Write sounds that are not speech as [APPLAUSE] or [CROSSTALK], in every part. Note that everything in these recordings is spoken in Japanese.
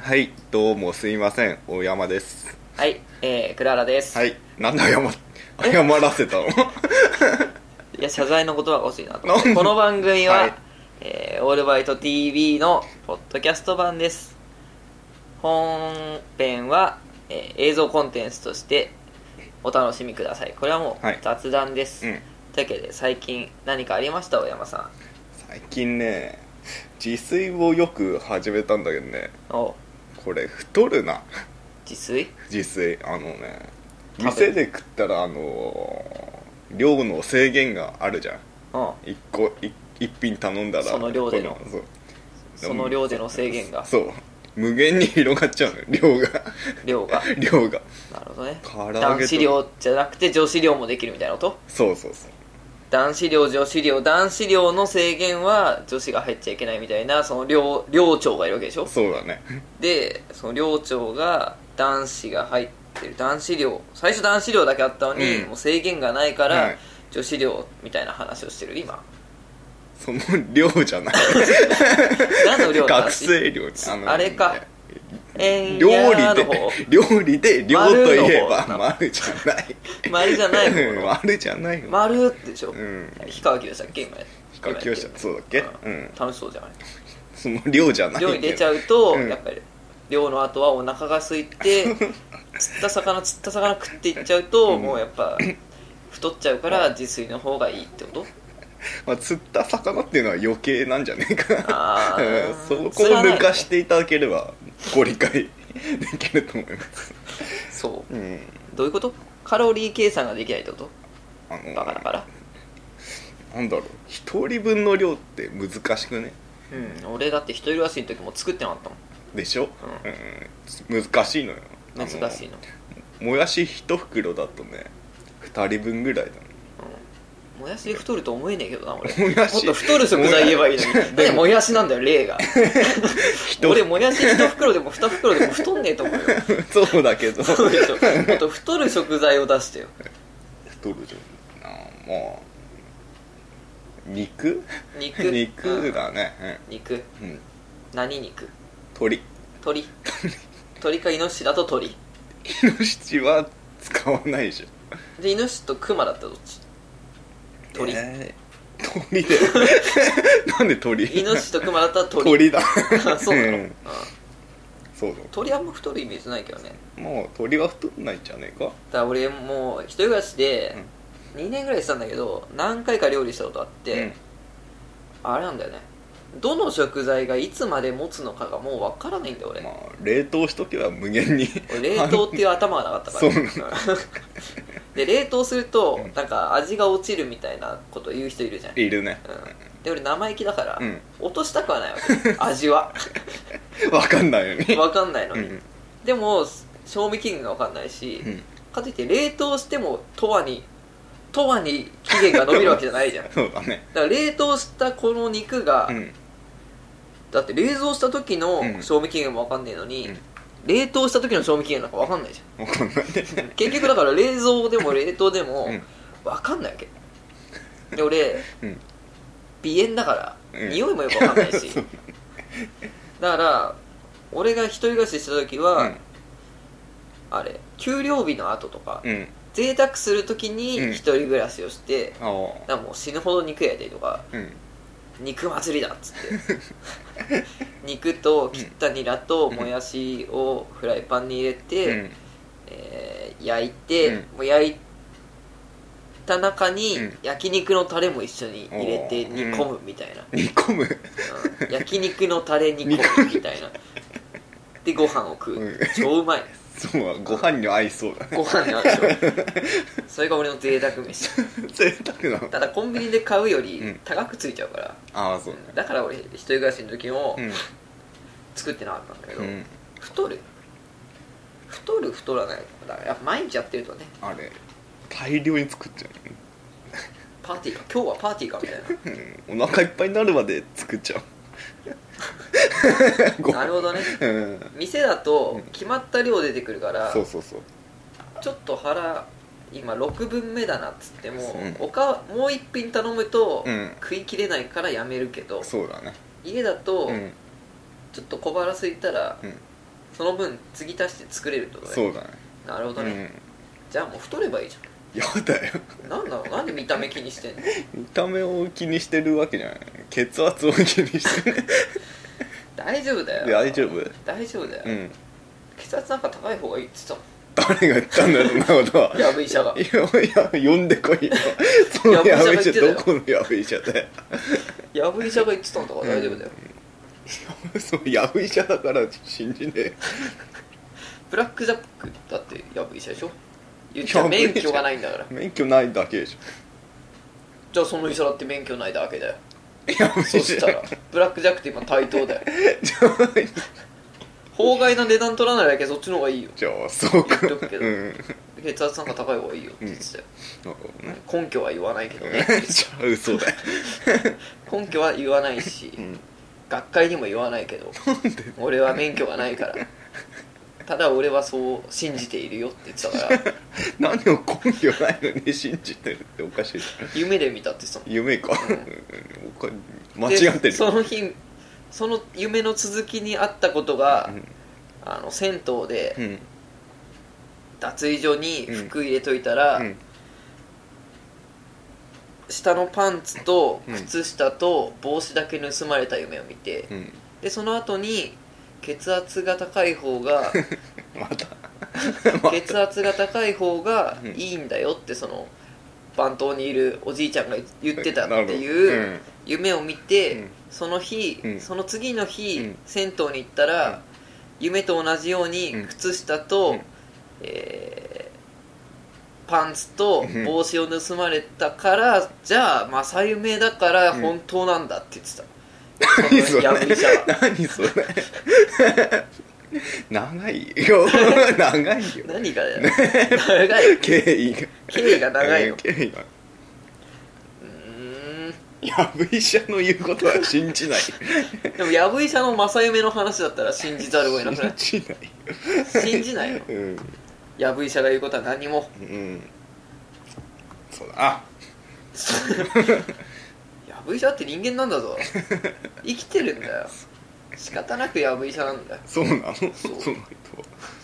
はいどうもすいません大山ですはい、えー、クララです、、はいいなんで謝謝らせたのや謝罪の言葉が欲しいなと思っなんてこの番組は、はいえーオールバイト TV のポッドキャスト版です本編は、えー映像コンテンツとしてお楽しみくださいこれはもうはい雑談です、うんというわけで最近何かありました大山さ最近ね自炊をよく始めたんだけどねんおこれ太るな自炊自炊あのね食べ店で食ったらあのー量の制限があるじゃんうん一個い一品頼んだらその量でのこそうその量での制限がそう無限に広がっち [LAUGHS] ゃうのよ量が量が量がなるほどね唐揚げと男子量じゃなくて女子量もできるみたいなことそうそうそう男子寮女子寮男子寮の制限は女子が入っちゃいけないみたいなその寮寮長がいるわけでしょそうだねでその寮長が男子が入ってる男子寮最初男子寮だけあったのに、うんもう制限がないから、はい女子寮みたいな話をしてる今その量じゃない何の寮の学話生寮ああれかえー料や理ーので方料理で量丸のと方いえばな丸じゃない丸じゃない方うんの丸じゃないよ丸ってでしょ、うん氷川きよしだっけ今氷川きよしだそうだっけうん楽しそうじゃないその量じゃない漁に出ちゃうと、うんやっぱり漁の後はお腹が空いて [LAUGHS] 釣った魚釣った魚食っていっちゃうと、もうやっぱ太っちゃうから自炊の方がいいってことまあ、釣った魚っていうのは余計なんじゃねえかあーうんそこを抜かしていただければご理解 [LAUGHS] できると思いますそううんどういうことカロリー計算ができないってことあのバカだからなんだろう一人分の量って難しくねうん俺だって一人暮らしの時も作ってなかったもでしょ、ううん難しいのよあのん珍しいの、もやし一袋だとね2人分ぐらいだね [LAUGHS] うん、もやしで太ると思えねえけどな俺もやしもっと太る食材言えばいいのになんでもやしなんだよ例が人俺もやし一袋でも二袋でも太んねえと思うよそうだけどそうでしょもっと太る食材を出してよ太るじゃんあーまあ肉肉 [LAUGHS] 肉だね肉うん、うん、何肉鳥鳥鳥かイノシシだと鳥イノシシは使わないでしょでイノシシとクマだったらどっち鳥えー鳥 [LAUGHS] でなんで鳥イノシシとクマだったら [LAUGHS] 鳥鳥だあそうなの、ううんん、そうだ鳥あんま太るイメージないけどねだかもう鳥は太んないんじゃねえから俺もう一人暮らしで2年ぐらいしたんだけど何回か料理したことあって、うんあれなんだよねどの食材がいつまで持つのかがもうわからないんだよ俺、まあ冷凍しとけば無限に俺冷凍っていう頭がなかったから、そううん [LAUGHS] で冷凍するとなんか味が落ちるみたいなこと言う人いるじゃ [LAUGHS] んいるねうんで俺生意気だから、うん落としたくはないわ [LAUGHS] け味はわかんないよ [LAUGHS] ね分かんないのうに、んでも賞味期限が分かんないし、うんかといって冷凍してもとわにとわに期限が伸びるわけじ [LAUGHS] ゃないじゃんだかそうだねら冷凍したこの肉が、うんだって冷蔵したう時んの賞味期限も分かんないのに、うん冷凍した時の賞味期限なんか分かんないじわかんないゃん [LAUGHS] 結局だから冷 [LAUGHS] 蔵でも冷凍でもうん分かんないわけで俺うん鼻炎だから、うん匂いもよく分かんない [LAUGHS] しそうだから俺が一人暮らしした時は、あれ給料日の後とか、うんうん贅沢する時にうん一人暮らしをして、ああだからもう死ぬほど肉やりたりとかうん肉祭りだっつって [LAUGHS] 肉と切ったニラともやしをフライパンに入れうて、んえー焼いて、うんもう焼いた中にうん焼肉のタレも一緒に入れておー煮込むみたいな、煮込むうん焼肉のタレ煮込むみ [LAUGHS] たいなでご飯を食う、うん超うまいそうはご飯に合いそうだ [LAUGHS] ねご飯に合うでしょそれが俺の贅沢 [LAUGHS] 飯贅沢なのただコンビニで買うようんり高くついちゃうから、ああそうねだから俺一人暮らしの時もうん作ってなかったんだけど、うん太る太る太らないだからやっぱ毎日やってるとねあれ大量に作っちゃパーティーか今日はパーティーかみたいなううんお腹いっぱいになるまで作っちゃう [LAUGHS] ごなるほどねうん店だと決まった量出てくるから、そうそうそうちょっと腹今6分目だなっつっても、うんおかもう一品頼むと、うん食いきれないからやめるけどそうだね家だと、うんちょっと小腹空いたらうんその分継ぎ足して作れるってことねそうだねなるほどね、うじゃあもう太ればいいじゃんやだよんなんだろうなんで見た目気にして [LAUGHS] んの見た目を気にしてるわけじゃない血圧を気にしてる大丈夫だよ大丈夫大丈夫だよ、うん血圧なんか高い方がいいって言ってたも誰が言ったんだよそんなことはんやぶ医者がいやいや呼んでこいよそのややべべ医者医者が言ってたよどこのやべ医者だよやぶ医者が言ってたんだから大丈夫だよ、 [LAUGHS] そうやべ医者だから信じねえよブラックジャックだってやぶ医者でしょ言っちゃやぶ医者免許がないんだから免許ないだけでしじゃあその医者だって免許ないだけだよょやべ医そ者したらブラックジャックって今対等だよじゃあ法外な値段取らないだけそっちの方がいいよじゃあそうか言っとくけどうん血圧なんか高い方がいいよって言ってたよ、なるほどね根拠は言わないけ [LAUGHS] どねじゃあ嘘だよ根拠は言わないし、ん学会にも言わないけど俺は免許がないからただ俺はそう信じているよって言ってたから何を根拠ないのに信じてるっておかしいじゃん夢で見たって言ってたもん夢かうんうんおか間違ってでるその日その夢の続きにあったことが、うんあの銭湯でうん脱衣所に服入れといたら、うん下のパンツとうん靴下と帽子だけ盗まれた夢を見て、うんでその後に血圧が高い方 [LAUGHS] がまた血圧が高い方がうんいいんだよってその番頭にいるおじいちゃんが言ってたってないうる夢を見うてんその日、うんその次の日、うん銭湯に行ったら、うん夢と同じようにうん靴下と、うんえーパンツとうん帽子を盗まれたから、じゃあ正夢だからうん本当なんだって言ってた、何そそのれやぶ医者は何それ長いよ長いよ何がだ [LAUGHS] よ長い経緯が経緯が長いうんの経緯がうーんやぶ医者の言うことは信じないでもやぶ医者の正夢の話だったら信じざるを得なくなっ信じない [LAUGHS] 信じないようんやぶ医者が言うことは何もうんそうだあやぶ医者って人間なんだぞ生きてるんだよ仕方なくやぶ医者なんだよそうなのそうそうなの人は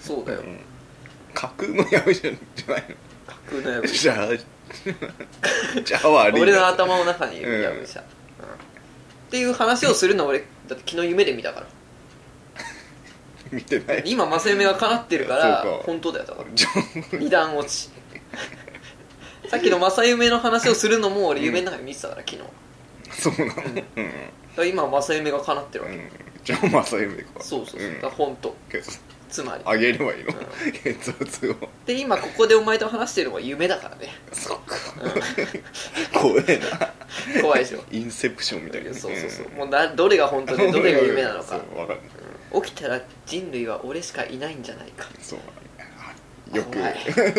そうだようん架空のやぶ医者じゃないの架空のやぶ医者じゃあじゃあ悪い俺のな頭の中にいるやぶ医者、うんっていう話をするの俺だって昨日夢で見たから見てない今正夢が叶ってるからそうか本当だよだからじゃ二段 [LAUGHS] 落ちさっきの正夢の話をするのも俺夢の中に見てたから昨日だかあそうなのうんら今正夢が叶ってるわうけ、んじゃあ正夢かそうそうそう、んだから本当けどつまりあげればいいのう血圧をで今ここでお前と話してるのが夢だからね [LAUGHS] そっか怖えな怖いでしょインセプションみたいなねそうそうそうもうなどれが本当でどれが夢なのかそうわかんない起きたら人類は俺しかいないんじゃないかそうよ怖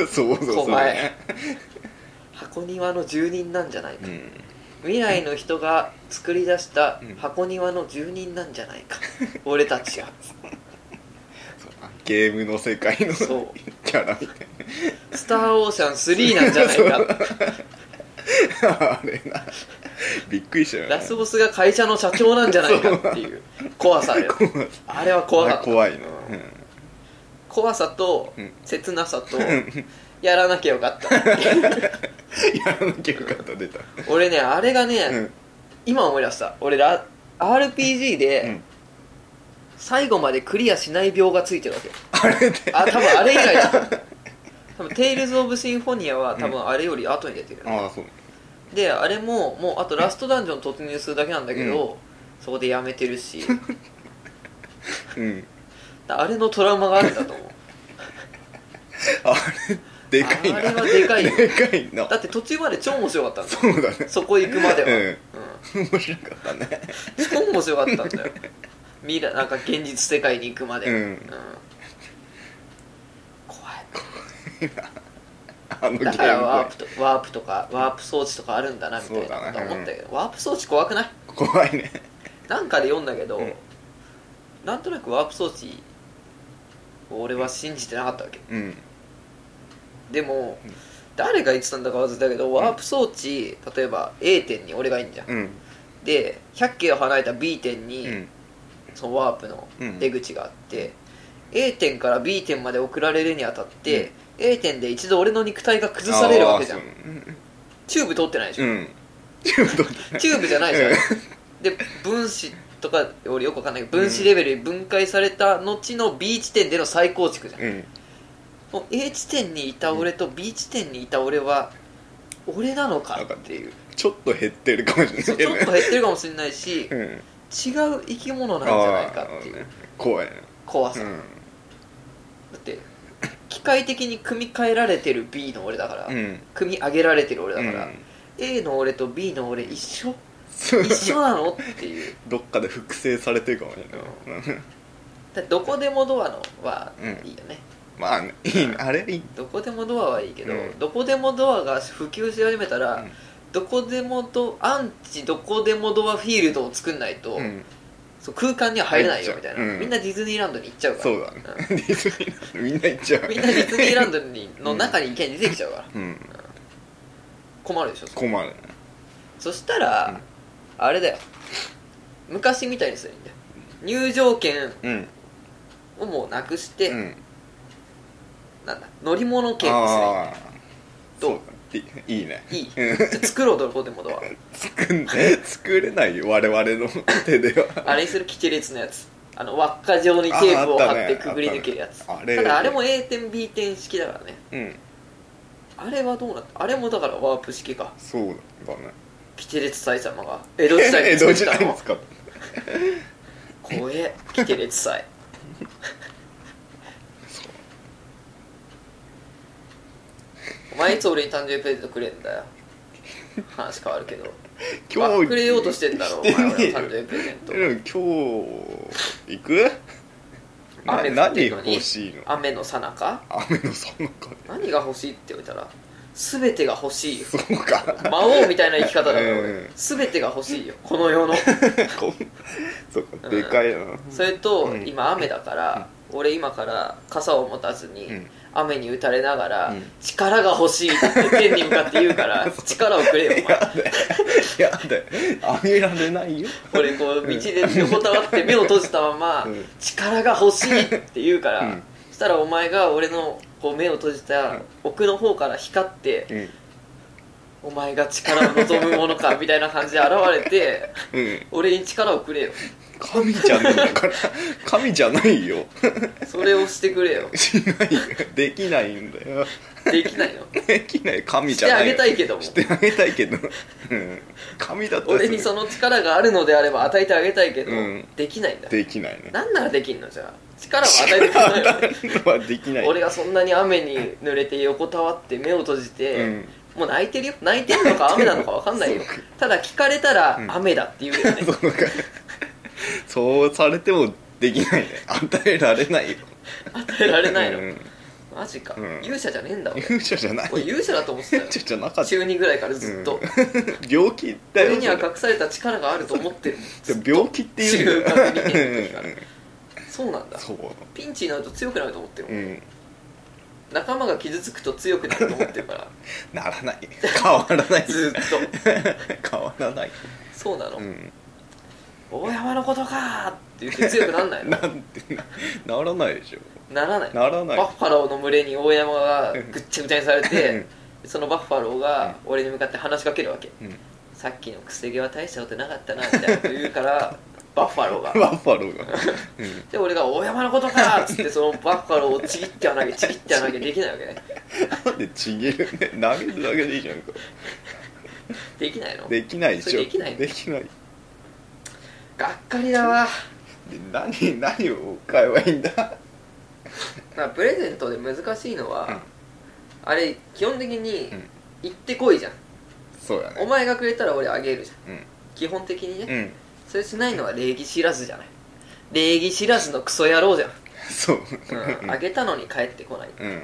く [LAUGHS] そうそうそう怖い箱庭の住人なんじゃないか、うん未来の人が作り出した箱庭の住人なんじゃないか、俺たちがそうゲームの世界のそキャラみたい「スター・オーシャン3」なんじゃないかな [LAUGHS] あれなびっくりしたよねラスボスが会社の社長なんじゃないかっていう [LAUGHS] 怖さあるよ怖いあれは怖かあっれた怖いなうん怖さとうん切なさとやらなきゃよかっ [LAUGHS] たやらなきゃよかった出た俺ねあれがね、うん今思い出した俺ら RPG うでん最後までクリアしない病がついてるわけあれであ多分あれ以 [LAUGHS] 来じゃん多分「テイルズ・オブ・シンフォニア」は多分あれより後に出てる、ああそうであれももうあとラストダンジョン突入するだけなんだけど、そこでやめてるしうんあれのトラウマがあるんだと思うあれでかいなあれはでかいよでかいなだって途中まで超面白かったんだよそうだねそこ行くまでは、ううん面白かったね超面白かったんだよ未来なんか現実世界に行くまで、うん怖あのゲいーだムからワープとワープとかワープ装置とかあるんだなみたいなそうだことなは思ったけど、ワープ装置怖くない怖いねなんかで読んだけど、うんなんとなくワープ装置を俺は信じてなかったわけうんでも、誰が言ってたんだか忘れたけどワープ装置例えば A 点に俺がいいんじゃん、うんで100キロ離れた B 点に、うんそのワープの出口があって、 A 点から B 点まで送られるにあたって、A 点で一度俺の肉体が崩されるわけじゃんあーチューブ通ってないでしそうょ、うんチューブ取ってチューブじゃないじゃんで分子とか俺よくわかんないけど分子レベルに分解された後の B 地点での再構築じゃん、うんもう A 地点にいた俺と B 地点にいた俺は俺なのかっていうちょっと減ってるかもしれなそういけちょどっねと減ってるかもしれないしう違うん生き物なんじゃないかあっていーうね怖いね怖さ、うだんって機械的に組み替えられてる B の俺だから、うん組み上げられてる俺だうから、ん A の俺と B の俺一緒そう一緒なのっていうどっかで複製されてるかもしれないうんだどこでもドアのはいいよね、まあねいいねあれいいどこでもドアはいいけど、うんどこでもドアが普及し始めたら、うんどこでもドアンチどこでもドアフィールドを作んないと、うんそう空間には入れないよみ入っちたゃいうな、うんみんなディズニーランドに行っちゃうからそうだねディズニーランドみんな行っちゃううんみんなディズニーランドにの中に一見出てきちゃうからうん困るでしょそ困るねそしたら、うんあれだよ昔みたいにするんだよ入場券うんをもうなくして、うんなんだ乗り物券にするああどうそうだねいいいいねいいうんじゃあ作ろうどこでもドア作ん作れないよ我々の手ではあれにするキテレツのやつあの輪っか状にテープをああ貼ったっねてくぐり抜けるやつあったねあたれだあれも A 点 B 点式だからねうんあれはどうなったあれもだからワープ式かそうだねキテレツ祭様が江戸時代に [LAUGHS] 江戸時作っ代たにの使った怖えキテレツ [LAUGHS] 祭お前いつ俺に誕生日プレゼントくれんだよ話変わるけど今日くれようとしてんだろお前俺のしてねえよ誕生日プレゼントでも今日行くな雨降って何んのに欲しいの雨のさなか雨のそのか何が欲しいって言われたら全てが欲しいよそう [LAUGHS] か魔王みたいな生き方だからうん俺全てが欲しいよこの世のこんそうかでかいなそれと、うん今雨だから、俺今から傘を持たずに、うん雨に打たれながら、うん力が欲しいって天に向かって言うから [LAUGHS] 力をくれよお前やだよあげられないよ俺こう道で横たわって目を閉じたまま、うん力が欲しいって言うから、うんそしたらお前が俺のこう目を閉じた奥の方から光って、うんお前が力を望むものかみたいな感じで現れ [LAUGHS] てうん俺に力をくれよ神じゃないんだから神じゃないよそれをしてくれよしないよできないんだよできない [LAUGHS] のできない神しじてゃあないげたいけけどもしてあげたいけどうん神だったら俺にその力があるのであれば与えてあげたいけど、うんできないんだできないね [LAUGHS] なんならできんのじゃあ力を与えてくれないよねはできない俺がそんなに雨に濡れて横たわって目を閉じて、うんもう泣いてるよ泣いてるのか雨なのか分かん [LAUGHS] ないよそうただ聞かれたらうん雨だって言うよね、そうか [LAUGHS] そうされてもできないね与えられないよ与えられないの、うんマジか、うん勇者じゃねえんだ俺勇者じゃない俺勇勇者だと思 [LAUGHS] ってたよ者じゃなかった中2ぐらいからずっと、うん病気だよ俺には隠された力があると思ってる [LAUGHS] でも病気っていうん中学だ二年の時かうらんそうなん [LAUGHS] だそうピンチになると強くなると思ってる、うん仲間が傷つくと強くなると思ってるから [LAUGHS] ならない変わらないずっと [LAUGHS] 変わらないそうなの、うん大山のことかーって言って強くなんない [LAUGHS] のななんてなならないでしょらないならないバッファローの群れに大山がぐっちゃぐちゃにされてうそのバッファローが俺に向かって話しかけるわけ、うんさっきのくせ毛は大したことなかったなみたいなこと言うから [LAUGHS] バッファローがバッファローがうんで俺が「大山のことか!」っつってそのバッファローをちぎっては投げちぎっては投げできないわけねなんでちぎるね投げるだけでいいじゃんかできないのできないでしそょれできないのできないがっかりだわで何何を買えばいいんだまあプレゼントで難しいのは、うんあれ基本的にうん行ってこいじゃん、そうやねお前がくれたら俺あげるじゃんうん基本的にね、うんそれしないのは礼儀知らずじゃない礼儀知らずのクソ野郎じゃん、そううん、あげたのに帰ってこない [LAUGHS] うん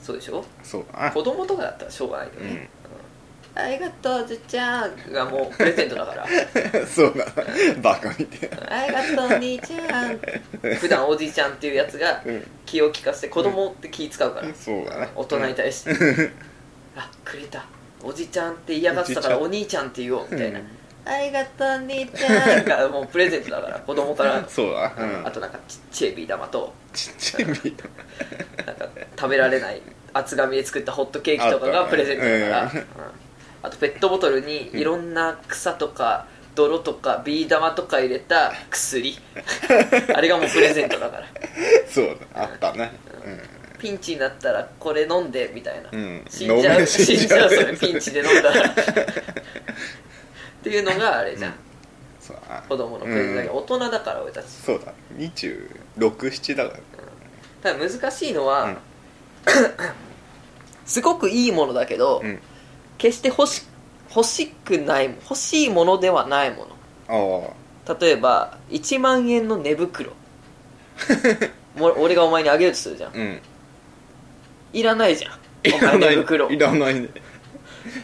そうでしょそうあ子供とかだったらしょうがないけどうね、んありがとうじっちゃんがもうプレゼントだから [LAUGHS] そうだバカみたいなありがとう兄ちゃん普段おじいちゃんっていうやつがうん気を利かせて子供って気使うから、そうだね大人に [LAUGHS] 対して、あくれたおじちゃんって嫌がってたからお兄ちゃんって言おうみたいな、うんありがとう兄ちゃんがもうプレゼントだから子供からそうだ、うん、あとなんかちっちゃいビー玉とちっちゃいビー玉なんか食べられない厚紙で作ったホットケーキとかがプレゼントだからああ,、ったねうんあとペットボトルにいろんな草とか泥とかビー玉とか入れた薬 [LAUGHS] あれがもうプレゼントだから [LAUGHS] そうだあったねピンチになったらこれ飲んでみたいな、うん死んじゃ飲うめ死死んんじじゃゃううそれピンチで飲ん [LAUGHS] だらっていうのがあれじゃん、うんそうだ子供のプレゼントだけど、うん大人だから俺たちそうだ267だからただ難しいのは、うん [COUGHS] すごくいいものだけど、うん決して欲し欲しくない欲しいものではないもあの例えば1万円の寝 [LAUGHS] 袋も俺がお前にあげるとするじゃんあうんいらないじゃんいお前らな寝い袋いらないね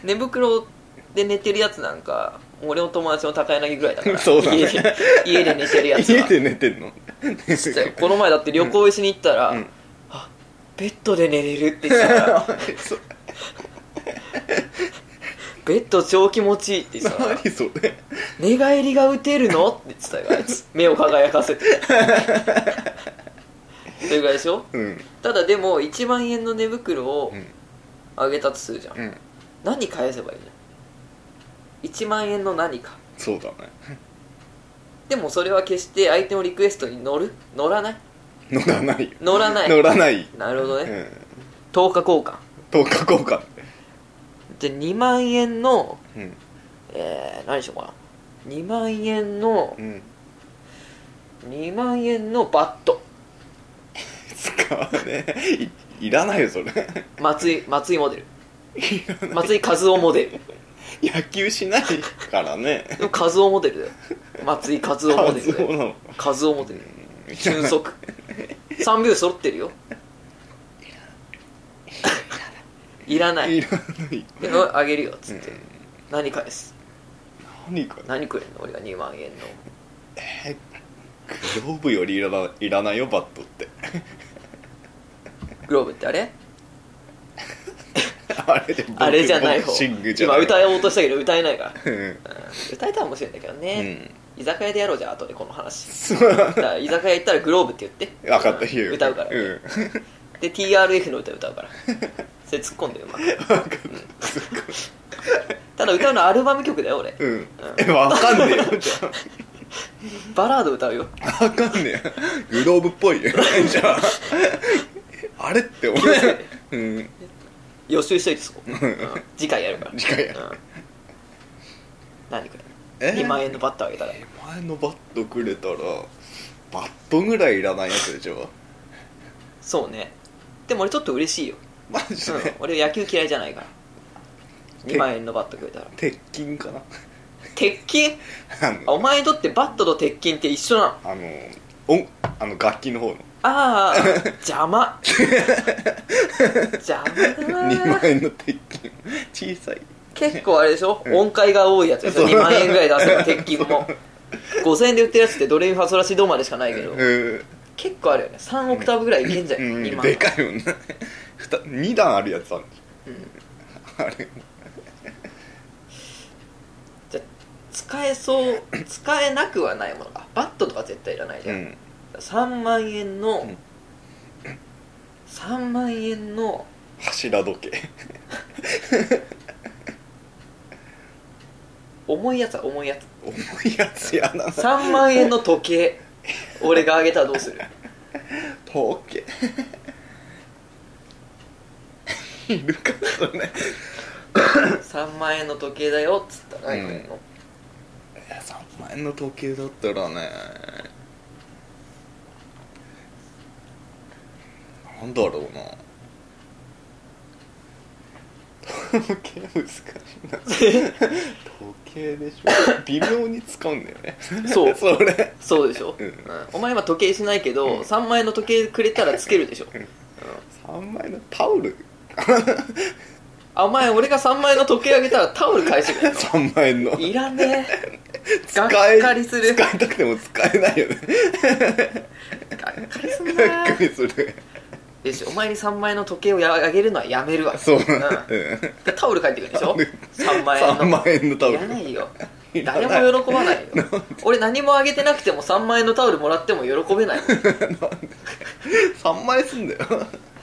寝袋で寝てるやつなんか俺の友達の高柳ぐらいだか [LAUGHS] らそうだね家で家で寝てるやつ家はで寝てんのちっちゃいこの前だって旅行しに行ったら、うんあベッドで寝れるって言ってたから [LAUGHS] [LAUGHS] そうベッド超気持ちいいって言ってたから何それ寝返りが打てるのって言ってたよあいつ目を輝 [LAUGHS] かせてそれぐらいでしょうんただでも1万円の寝袋をうんあげたとするじゃん、うん何返せばいいの ?1 万円の何かそうだねでもそれは決して相手のリクエストに乗る乗らない乗らないよ乗らない乗らないなるほどうね、ん10日交換10日交換じゃあ2万円のうんえー、何しようかな2万円のうん2万円のバット使わねいいらないよそれ [LAUGHS] 松井松井モデル松井和夫モデル野球しないからねでも和夫モデルだよ松井和夫モデルだカズオなよの和夫モデル俊足3秒揃ってるよいらないいらないけどあげるよっつって、うん何返す何か何くれんの俺が2万円のえーグローブよりいらないらないよバットって [LAUGHS] グローブってあれあれでボクあれじゃないボ方クシングじゃ今ない歌おうとしたけど歌えないから、うんうん歌えたら面白いんだけどうね、ん居酒屋でやろうじゃあ後でこの話そうだから居酒屋行ったらグローブって言って分かったう言んう歌うから、うんで TRF の歌歌うからそれ突っ込んでうまく [LAUGHS] ただ歌うのアルバム曲だよ俺うんえ分かん [LAUGHS] ねえよじゃバラード歌うよあ分かんねえよグローブっぽい [LAUGHS] よじゃああれって思ううん予習しといてそこ、うん次回やるから次回やるうん何くえれ2万円のバットあげたらえ前のバットくれたらバットぐらいいらないやつでしょそうねでも俺ちょっと嬉しいよ、マジうんで、 [LAUGHS] 俺野球嫌いじゃないから2万円のバットくれたら鉄筋かな鉄筋ああのお前にとってバットと鉄筋って一緒なのああの音あの楽器の方の [LAUGHS] あー邪魔邪魔2だな万円の鉄筋小さい結構あれでしょ、うん音階が多いやつでしょそう2万円ぐらい出せば鉄筋も5000円で売ってるやつってドレミファソラシドまでしかないけど、うん結構あるよね3オクターブぐらいいけんじゃん、うん2万でかいもんな2段あるやつあるうんあれじゃあ使えそう使えなくはないものあバットとか絶対いらないじうゃん、ん3万円の、うん3万円の柱時計 [LAUGHS] 重いやつは重 [LAUGHS] いやつ重いやつやな3万円の時計俺があげたらどうする [LAUGHS] 時計いるかそれ3万円の時計だよっつったら何くれんいの、や3万円の時計だったらねなん [LAUGHS] だろうな時計難しいな時計でし [LAUGHS] ょ微妙に使うんだよねそう [LAUGHS] それ [LAUGHS] そうでしょ、うんお前今時計しないけど、3万円の時計くれたらつけるでしょ、ん3万円のタオ [LAUGHS] ルあお前俺が3万円の時計あげたらタオル返してくれんの3万円のいらねえ使がっかりする使いたくても使えないよねがっかりすんがなっかりするよしお前に3万円の時計をやあげるのはやめるわそう、うんでタオル返ってくるでしタょオル3万円の3万円のタオルいらないよいら [LAUGHS] 誰ないも喜ばないよ俺何もあげてなくても3万円のタオルもらっても喜 [LAUGHS] べない3枚すんだよ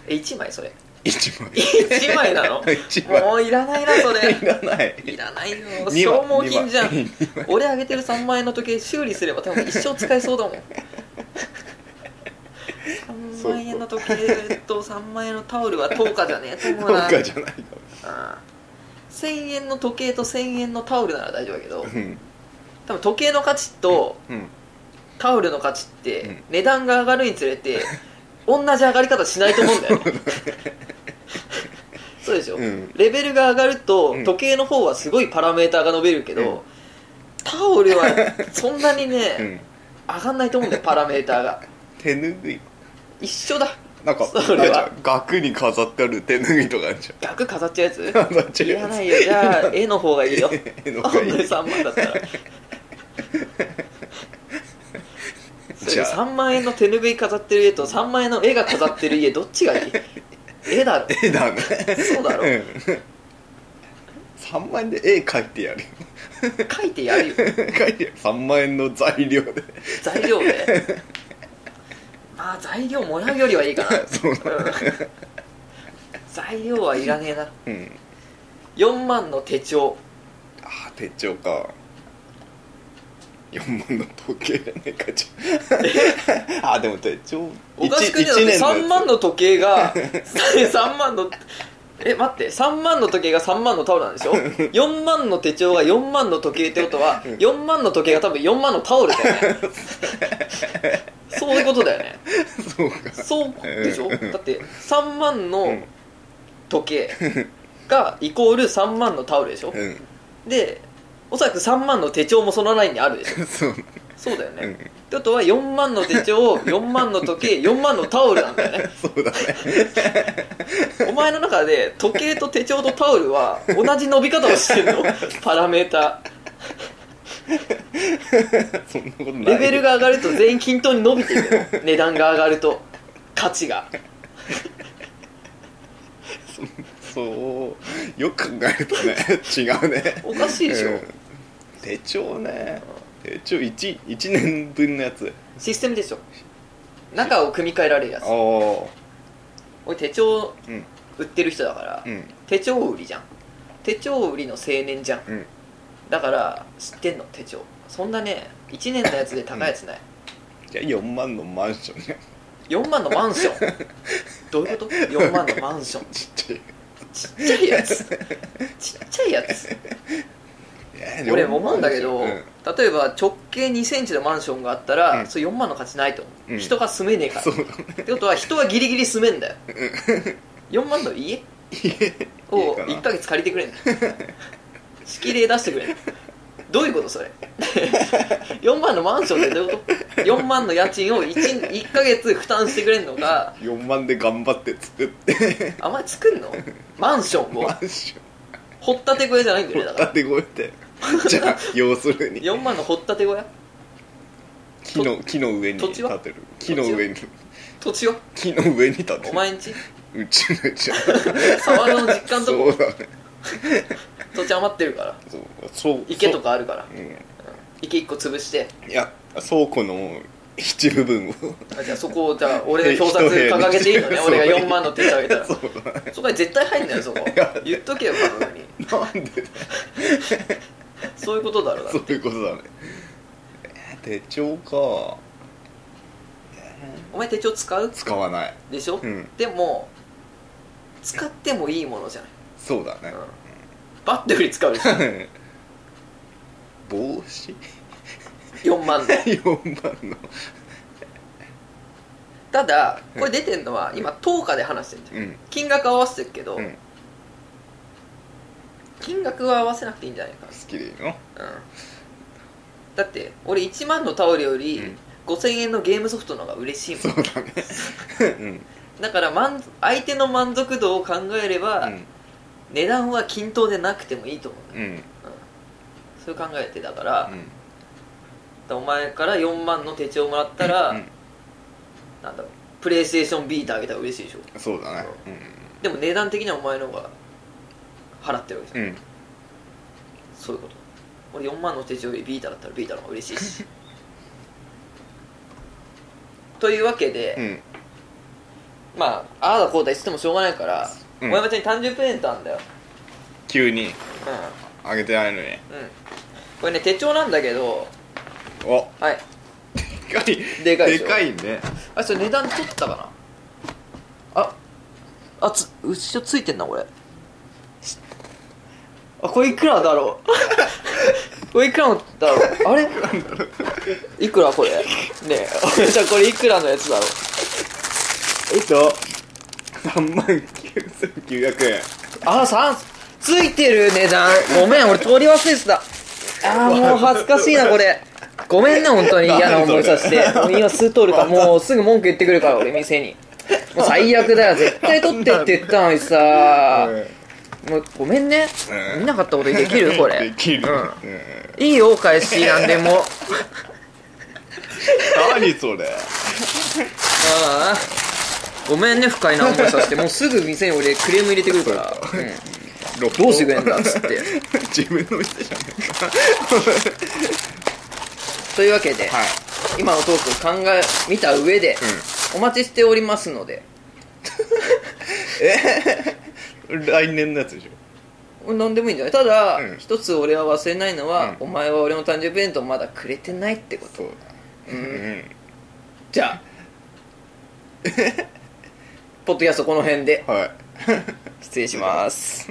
え1枚それ1枚1枚な [LAUGHS] の1枚もういらないなそれいら [LAUGHS] ないいらないよ二枚消耗品じゃん二枚俺あげてる3万円の時計修理すれば多分一生使えそうだもん3万円の時計と3万円のタオルは10日じゃねえと思うななんかじゃないようん1000円の時計と1000円のタオルなら大丈夫だけどうん多分時計の価値とうんタオルの価値って、うん値段が上がるにつ [LAUGHS] れて同じ上がり方しないと思うんだよねそうでしょ、うんレベルが上がるとうん時計の方はすごいパラメーターが伸びるけど、うんタオルはそんなにね、 [LAUGHS] うん上がんないと思うんだよパラメーターが手ぬぐい一緒だなんかそれはあれじゃん額に飾ってある手ぬぐいとかあるじ額飾っちゃう [LAUGHS] やつゃん飾っちゃういやつらないよじゃあ絵の方がいいよ絵のあ方がんいいなに3万だったらそじれゃあ3万円の手拭い飾ってる家と3万円の絵が飾ってる家どっちがいい絵だろ絵だねそうだろん、3万円で絵描いてやるよ [LAUGHS] 書いてやるよ描いてやる3万円の材料で材料でまあ材料もらうよりはいいかな [LAUGHS] そうだねうん材料はいらねえなうん4万の手帳ああ手帳か4万の時計じゃねえかじゃ [LAUGHS] ああーでも手帳おかしくねえだっ一て一3万やの時計 [LAUGHS] が3万のえ待って3万の時計が3万のタオルなんで [LAUGHS] しょ4万の手帳が4万の時計ってことは4万の時計が多分4万のタオルだ [LAUGHS] よねそういうことだよねつそうかそうでしょうんだって3万うのん時計がイコール3万のタオルでしょうでおそらく3万の手帳もそのラインにあるでしょんそうそうだよね、うんってことは4万の手 [LAUGHS] 帳4万の時計4万のタオルなんだよねそうだね [LAUGHS] お前の中で時計と手帳とタオルは同じ伸び方をし [LAUGHS] てるのパラメータそんなことないレベルが上がると全員均等に伸びていくの値段が上がると価値がそうよく考えるとね [LAUGHS] 違うねおかしいでしょ、うん手帳ね手帳 1, 一年分のやつシステムでしょ中を組み替えられるやつああ俺手帳うん売ってる人だから、うん手帳売りじゃん手帳売りの青年じゃんうんだから知ってんの手帳そんなね1年のやつで高い [LAUGHS] やつない、じゃあ4万のマンションね4万のマンションどういうこと ?4 万のマンションちっちゃいちっちゃいやつちっちゃいやつえー [LAUGHS] 俺思うんだけど、うん例えば直径2センチのマンションがあったうら、んそれ4万の価値ないと思う、うん人が住めねえからそうってことは人はギリギリ住めんだよ4万の家を家かな1ヶ月借りてくれんの敷礼出してくれんのどういうことそれ4万のマンションってどういうこと4万の家賃を 1, 1ヶ月負担してくれんのか4万で頑張って作ってあんまり作んのマンションをマンション掘ったて小屋じゃないんだよねだから建て越えてじ [LAUGHS] ゃあ要するに4万の掘ったて小屋木の木の上に土建地はてる木の上に土地を木の上に建てるお前んちうちのうちの沢野の実家んとそこうだね土地余ってるからそうそう池とかあるからそううん池1個潰していや倉庫の一部分をあじゃあそこをじゃあ俺が表札掲げていいのねそう俺が4万の手上げた [LAUGHS] らそうそこに絶対入んだよそこ言っとけよ彼女にだなんでそういうことだろうなそういうことだねえー手帳かお前手帳使う使わないでしょ、うんでも使ってもいいものじゃない、そうだうんバットより使う [LAUGHS] でしょね [LAUGHS] 帽子4万の4番のただこれ出てんのは今10日で話してるじゃうんん金額合わせてるけど、うん金額は合わせなくていいんじゃないか好きでいいのうんだって俺1万のタオルよりうん5000円のゲームソフトの方が嬉しいそもんうだねうんだから満相手の満足度を考えれば、うん値段は均等でなくてもいいと思う、うんそう考えてだから,、だからお前から4万の手帳もらったら、うんなんだろうプレイステーションビーターあげたら嬉しいでしょうんそうだねでも値段的にはお前の方が払ってるわけじゃ、うんんうんそういうこと俺4万の手帳よりビータだったらビータの方が嬉しいしというわけで、うんまあああだこうだ言ってもしょうがないかうら、んお前ちゃんに誕生日プレゼントあんだよ急にうあげてないのにんうんこれね手帳なんだけどおはいでかいでかいでしょね [LAUGHS] あそれ値段取ったかなああつ後ろついてんなこれあこれいくらだろう [LAUGHS] これいくらだろうあれいくらこれねえ [LAUGHS] おじゃこれいくらのやつだろうえっと3万9900円あ三ついてる値段ごめん俺取り忘れてたあ [LAUGHS] ーもう恥ずかしいなこれごめんな本当に嫌な思いさせてもう今すぐ取るからもうすぐ文句言ってくるから俺店にもう最悪だよ絶対取ってって言ったのにさもうごめんね、うん見なかったことにでき [LAUGHS] るこれできる、うんうんいいよお返しなんでも何それああごめんね不快な思いさ [LAUGHS] せてもうすぐ店に俺クレーム入れてくるから、うんどうしてくれんだっつって [LAUGHS] 自分の店じゃねえかというわけで、はい今のトークを考え見た上で、お待ちしておりますので来年のやつでしょ何でもいいんじゃないただ、うん一つ俺は忘れないのは、うんお前は俺の誕生日プレゼントをまだくれてないってことそうだうん、じゃあポッドキャストこの辺ではい失礼します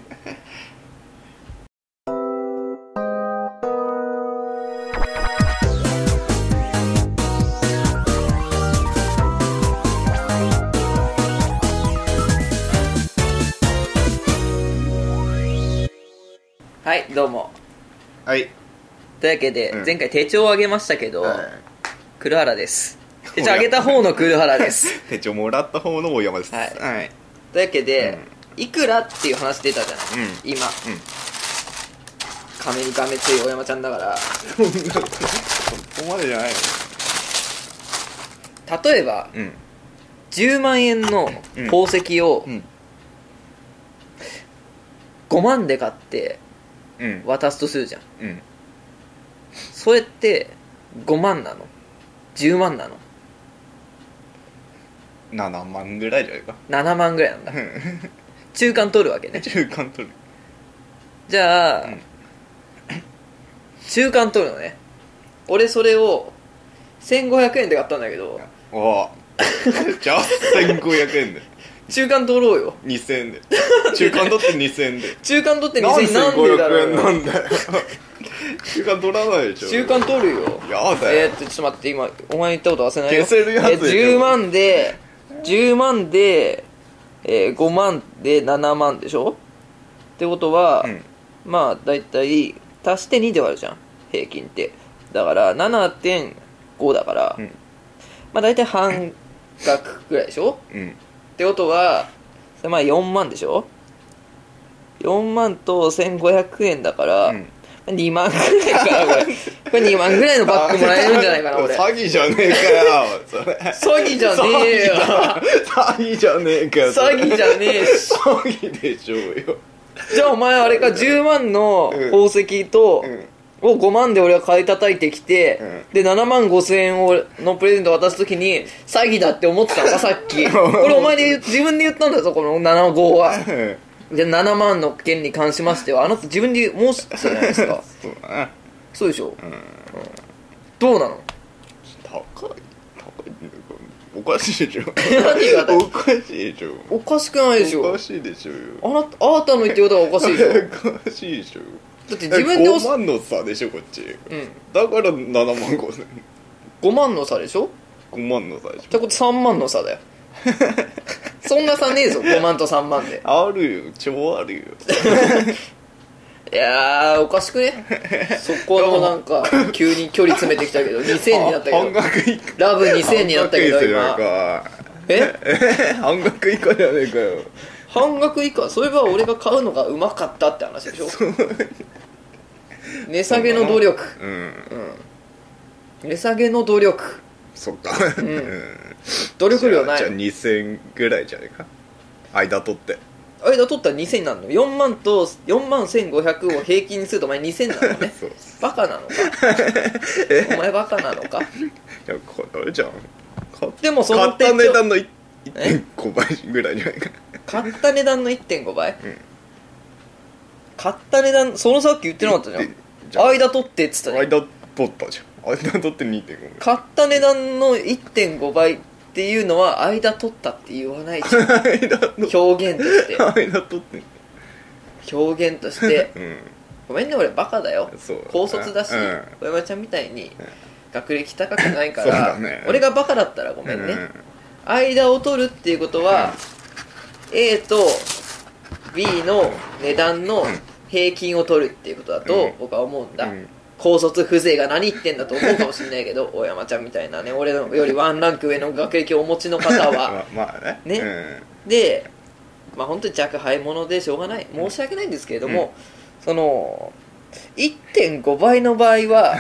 はいどうもはいというわけで、うん前回手帳をあげましたけど、黒原です手帳あげた方の黒原です手帳もらった方の大山ですはいはい、 [LAUGHS] というわけで、いくらっていう話出たじゃない、うん今亀に亀つい大山ちゃんだからうんそんなそこまでじゃないよ例えばうん10万円のうん宝石をうん5万で買ってうん渡すとするじゃんうんそれって5万なの10万なの7万ぐらいじゃないか7万ぐらいなんだうん中間取るわけね中間取るじゃあ、うん中間取るのね俺それを1500円で買ったんだけどおお [LAUGHS] じゃあ1500円で中間取ろうよ2000円で中間取って2000円で中間取ってなん2000円なん [LAUGHS] でだろ1500う円よなんだよ中間取らないでしょ中間取るよやだえよー、っとちょっと待って今お前言ったこと忘れないよ消せるやつえー10万で10万で、えー、5万で7万でしょってことは、うんまあ大体足して2で割るじゃん平均ってだから7.5だから、うんまあ大体半額ぐらいでしょうんってことはそれまあ4万でしょ4万と1500円だから、うん2万ぐらいかなこれこれ2万ぐらいのバッグもらえるんじゃないかな俺詐欺じゃねえかよそれ詐欺じゃねえよ詐欺じゃねえかよそ詐れ欺じゃねえし詐欺でしょうよじゃあお前あれか10万の宝石と、うんを5万で俺は買い叩いてきて、うんで7万5千円をのプレゼント渡す時に詐欺だって思ってたのかさ [LAUGHS] っきこれお前で言う自分で言ったんだぞこの7号はうんじゃあ7万の件に関しましてはあなた自分で申したじゃないですかそうだな [LAUGHS] そうでしょ、うんどうなの高い高いおかしいでしょ何がだよおかしいでしょおかしくないでしおょかしいでしょうよあなたあなたの言ってることがおかしい [LAUGHS] でしょだおかしいでしょって自分で押5す万の差でしょこっちうんだから7万5千5万の差でしょ5万の差でしってこと3万の差 [LAUGHS] だよそんな差ねえぞ5万と3万でょあるよ超あるよいやーおかしくねそこのなん [LAUGHS] か急に距離詰めてきたけど2000になったけ半ど額以下ラブ2000になったけど今え半額以下じゃねえかよ半額以下そういえば俺が買うのがうまかったって話でしょ値下げの努力うん値下げの努力そっか努力量なじゃあい2000ぐらいじゃねえか間取って間取ったら2000になるの4万と4万1500を平均にするとお前2000なのねそうバカな [LAUGHS] のかお前バカなのかいやこれあれじゃん買っでもその買った値段のいえ1.5倍ぐらいじゃないか買った値段の1.5倍、ん買った値段そのさっき言ってなかったじゃんじゃあ間取ってっつったじゃん間取ったじゃん間取って2.5倍買った値段の1.5倍っていうのは間取ったって言わないじゃん間の表現と [LAUGHS] し間取ってて表現としてうごめんね俺バカだよんそう高卒だうしん小山ちゃんみたいに学歴高くないかそうら、だね俺がバカだったらごめんね、間を取るっていうことは、A と B の値段の平均を取るっていうことだうとん僕は思うんうだ、んうん高卒風情が何言ってんだと思うかもしれないけど [LAUGHS] 大山ちゃんみたいなね俺のよりワンランク上の学歴をお持ちの方はまあまあねねうんでまあ本当に若輩者でしょうがない申し訳ないんですけれども、その1.5倍の場合 [LAUGHS] は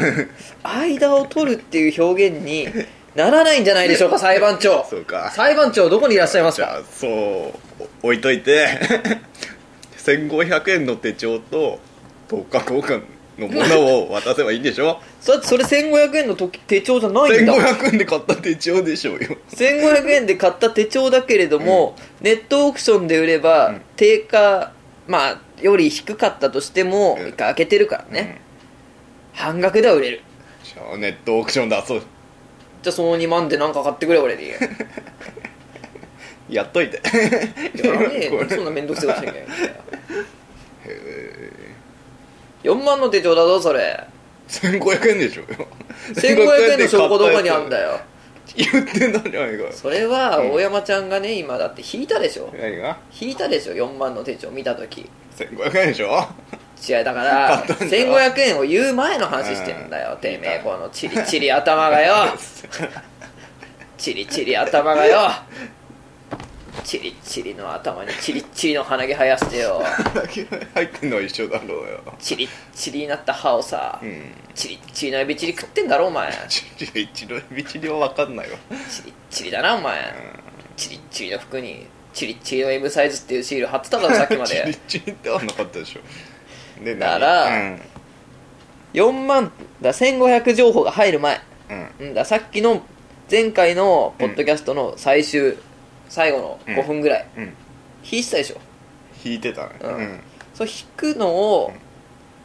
間を取るっていう表現にならないんじゃないでしょ [LAUGHS] うか裁判長そうか裁判長どこにいらっしゃいますじゃかあそうお置いといて [LAUGHS] 1500円の手帳と10日交換のものを渡せばいいんでし [LAUGHS] ょそれそれ1500円の時手帳じゃないんだ1500円で買った手帳でしょうよ1500円で買った手帳だけれども、ネットオークションで売れば、うん定価まあより低かったとしても、うん一回開けてるからね、半額では売れるじゃあネットオークション出そうじゃあその2万で何か買ってくれ俺にややっといてらねえ [LAUGHS] こよれそんな面倒くせえことしなきゃいけない4万の手帳だぞそれ1500円でしょう [LAUGHS] よ1500円の証拠どこにあんだよよ [LAUGHS] 言ってんだじゃないかよそれは大山ちゃんがね今だって引いたでしょ何が引いたでしょ4万の手帳見た時1500円でしょ [LAUGHS] 違うだから買ったんだよ1500円を言う前の話してんだよてめえこのチリチリ頭 [LAUGHS] がよチリチリ頭がよチリチリの頭にチリチリの鼻毛生やしてよ入ってんのは一緒だろうよチリチリになった歯をさ、うんチリチリのエビチリ食ってんだろ [LAUGHS] お前ちり一度道には分かんないわチリチリだなお前、チリチリの服にチリチリの M サイズっていうシール貼って [LAUGHS] ただろさっきまチリでチリってはなかったでしょでだから何4万だ1500情報が入る前うんうんうんださっきの前回のポッドキャストの最終、最後の5分ぐらい、うん引いてたでしょ引いてたねうんうんそう引くのを、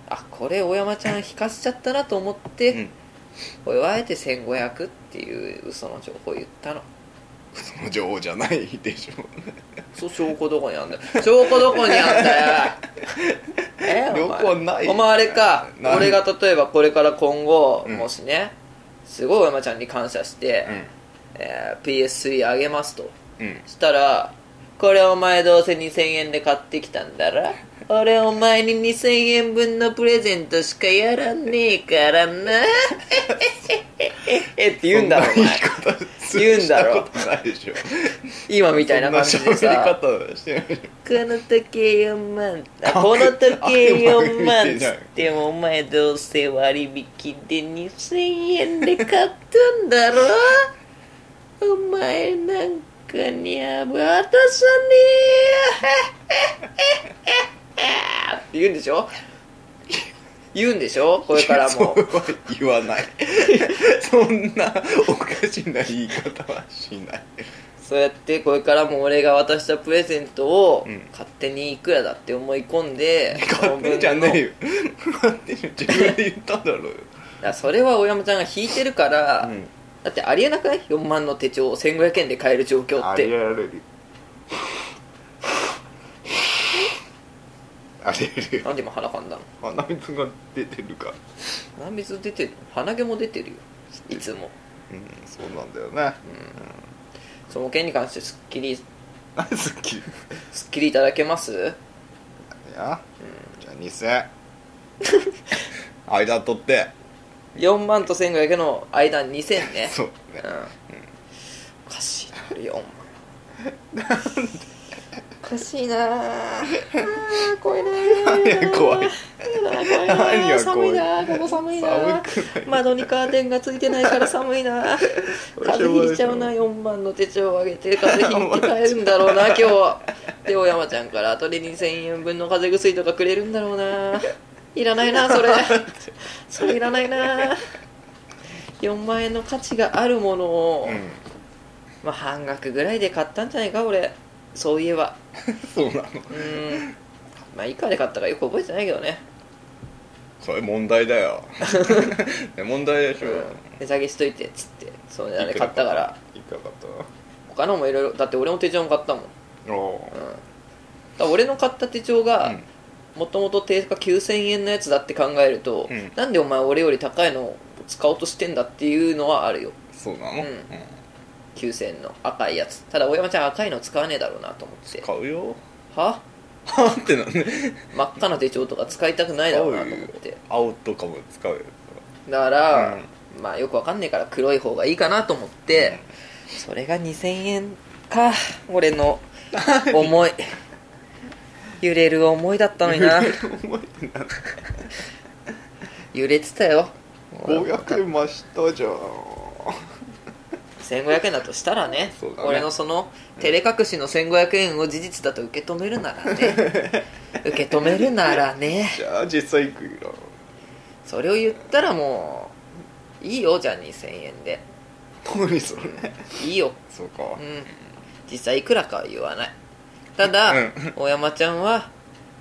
あこれ大山ちゃん引かせちゃったなと思って、うん俺はあえて1500っていう嘘の情報を言ったのその情報じゃないでしょそう証拠どこにあんだよ証拠どこにあ [LAUGHS] んだよえお両前方ないお前あれかない俺が例えばこれから今後、うんもしねすごい大山ちゃんに感謝して、えー PS3 あげますとうんうんしたら「これお前どうせ2000円で買ってきたん [LAUGHS] だろ俺お前に2000円分のプレゼントしかやらねえからな」 [LAUGHS] えって言うんだろおそな言前い方する言うんだろしたことないでしょ [LAUGHS] 今みたいな感じでそんなさ「こ喋り方してないでしの時計4万あこの時計4万」っつってもお前どうせ割引で2000円で買ったんだろお前なんかには渡さねえよ [LAUGHS] って言うんでしょ言うんでしょこれょからそれもは言わ [LAUGHS] ないそんなおかしな言い方はしないそうやってこれからも俺が渡したプレゼントをうん勝手にいくらだって思い込んで勝手じゃねえよ [LAUGHS] 勝手に自分で言ったんだろうよいやそれは大山ちゃんが引いてるから、うんだってありえなくない4万の手帳を1500円で買える状況っありてえる [LAUGHS] ありえるよなんで今鼻かんだの鼻水が出てるか鼻水出てる鼻毛も出てるよいつもうんそうなんだよねその件に関してすっきり大好きいすっきりいただけますやじゃあ2000 [LAUGHS] 間取って4万と1500円の間に2000 [LAUGHS] ねそうねうん、おかしいな4万 [LAUGHS] おかしいなあー怖いな何が怖い怖いな何が寒怖いいなここ寒いな寒くない窓にカーテンがついてないから寒いな風邪ひいちゃうな4番の手帳を上げて風邪ひいて帰るんだろうな今日でお山ちゃんからトレに1000円分の風邪薬とかくれるんだろうないらないなそれそれいらないな4万円の価値があるものを、うんまあ、半額ぐらいで買ったんじゃないか俺そういえばそうなのうんまあ以下で買ったからよく覚えてないけどねそれ問題だ [LAUGHS] よね問題でしょ、うん値下げしといてっつってそうねあいれく買ったからいくら買った他のもいろいろだって俺も手帳も買ったもん、うん、おだから俺の買った手帳あ、うがん、もともと定価9000円のやつだって考えると、うんなんでお前俺より高いのを使おうとしてんだっていうのはあるよそうなの、うん9000円の赤いやつただ大山ちゃん赤いの使わねえだろうなと思って買うよ [LAUGHS] ははってなんで真っ赤な手帳とか使いたくないだろうなと思って青とかも使う [LAUGHS] よだから、まあよくわかんねえから黒い方がいいかなと思って、それが2000円か俺 [LAUGHS] の思い揺れる思いだったのにな思えてない [LAUGHS] 揺れてたよ500円増したじゃん [LAUGHS] 1500円だとしたらねそうだね俺のその照れ隠しの1500円を事実だと受け止めるなら [LAUGHS] ね受け止めるならねじゃあ実際いくらそれを言ったらもういいよじゃあ2000円で何それいいよそうか、うん実際いくらかは言わないただ、うん大山ちゃんは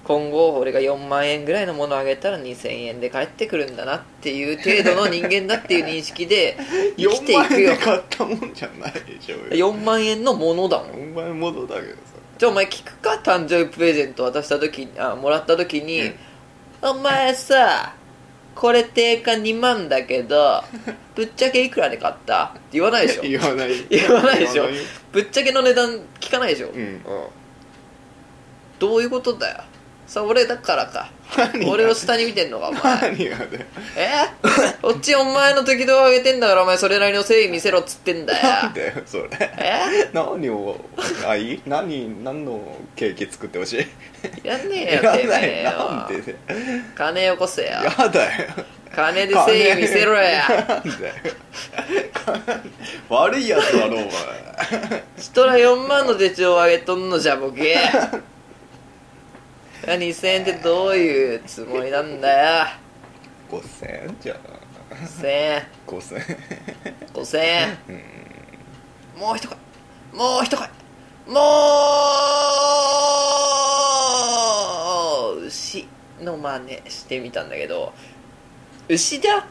今後俺が4万円ぐらいのものをあげたら2000円で帰ってくるんだなっていう程度の人間だっていう認 [LAUGHS] 識で生き4てい万く円よで買ったもんじゃないでしょ4万円のものだもん4万円ものだけどさじゃあお前聞くか誕生日プレゼント渡した時にあもらった時に、うんお前さこれ定価2万だけどぶっちゃけいくらで買ったって言わないでしょ [LAUGHS] 言わない [LAUGHS] 言わないでしょ言わよぶっちゃけの値段聞かないでしょ、うんどういうことだよさ俺だからか何が俺を下に見てんのかお [LAUGHS] 前何がだよえこっちお前の適当をあげてんだからお前それなりの誠意見せろっつってんだなんよだよそれえ何をあいい何何のケーキ作ってほしいいらねえいよらてなめいえなんよでね金よこせよやだよ金で誠意見せろやなんだよ悪いやつだろお前人ら4万の手帳をあげとんのじゃボケ2000円ってどういうつもりなんだよ5000円じゃん1000円5000円5000円もう一回もう一回もう牛の真似してみたんだけど牛だ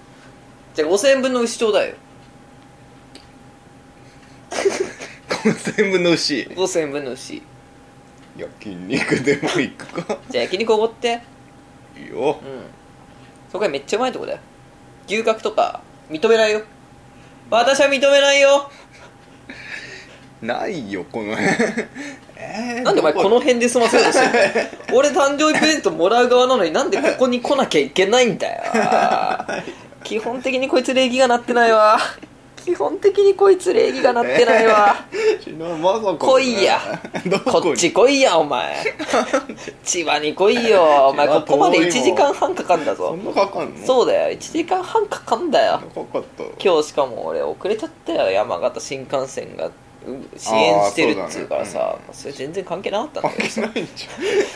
じゃあ5000円分の牛ちょうだいよ5000円分の牛5000円分の牛焼筋肉でも行くかじゃあ焼肉おごっていいようんそこがめっちゃうまいとこだよ牛角とか認めないよ私は認めないよないよこの辺えーなんでお前この辺で済ませようとして [LAUGHS] るの俺誕生日プレゼントもらう側なのになんでここに来なきゃいけないんだよ基本的にこいつ礼儀がなってないわ基本的にこいつ礼儀がなってないわちのまさかね来いやどこにこっち来いやお前千葉に来いよお前千葉遠いもこんこまで1時間半かかんだそぞんなかかんのうそうだよ1時間半かかんだよかかった今日しかも俺遅れちゃったよ山形新幹線がう遅延してるっつうからあーそうさだねそれ全然関係なかったんだ関けど係ないんじ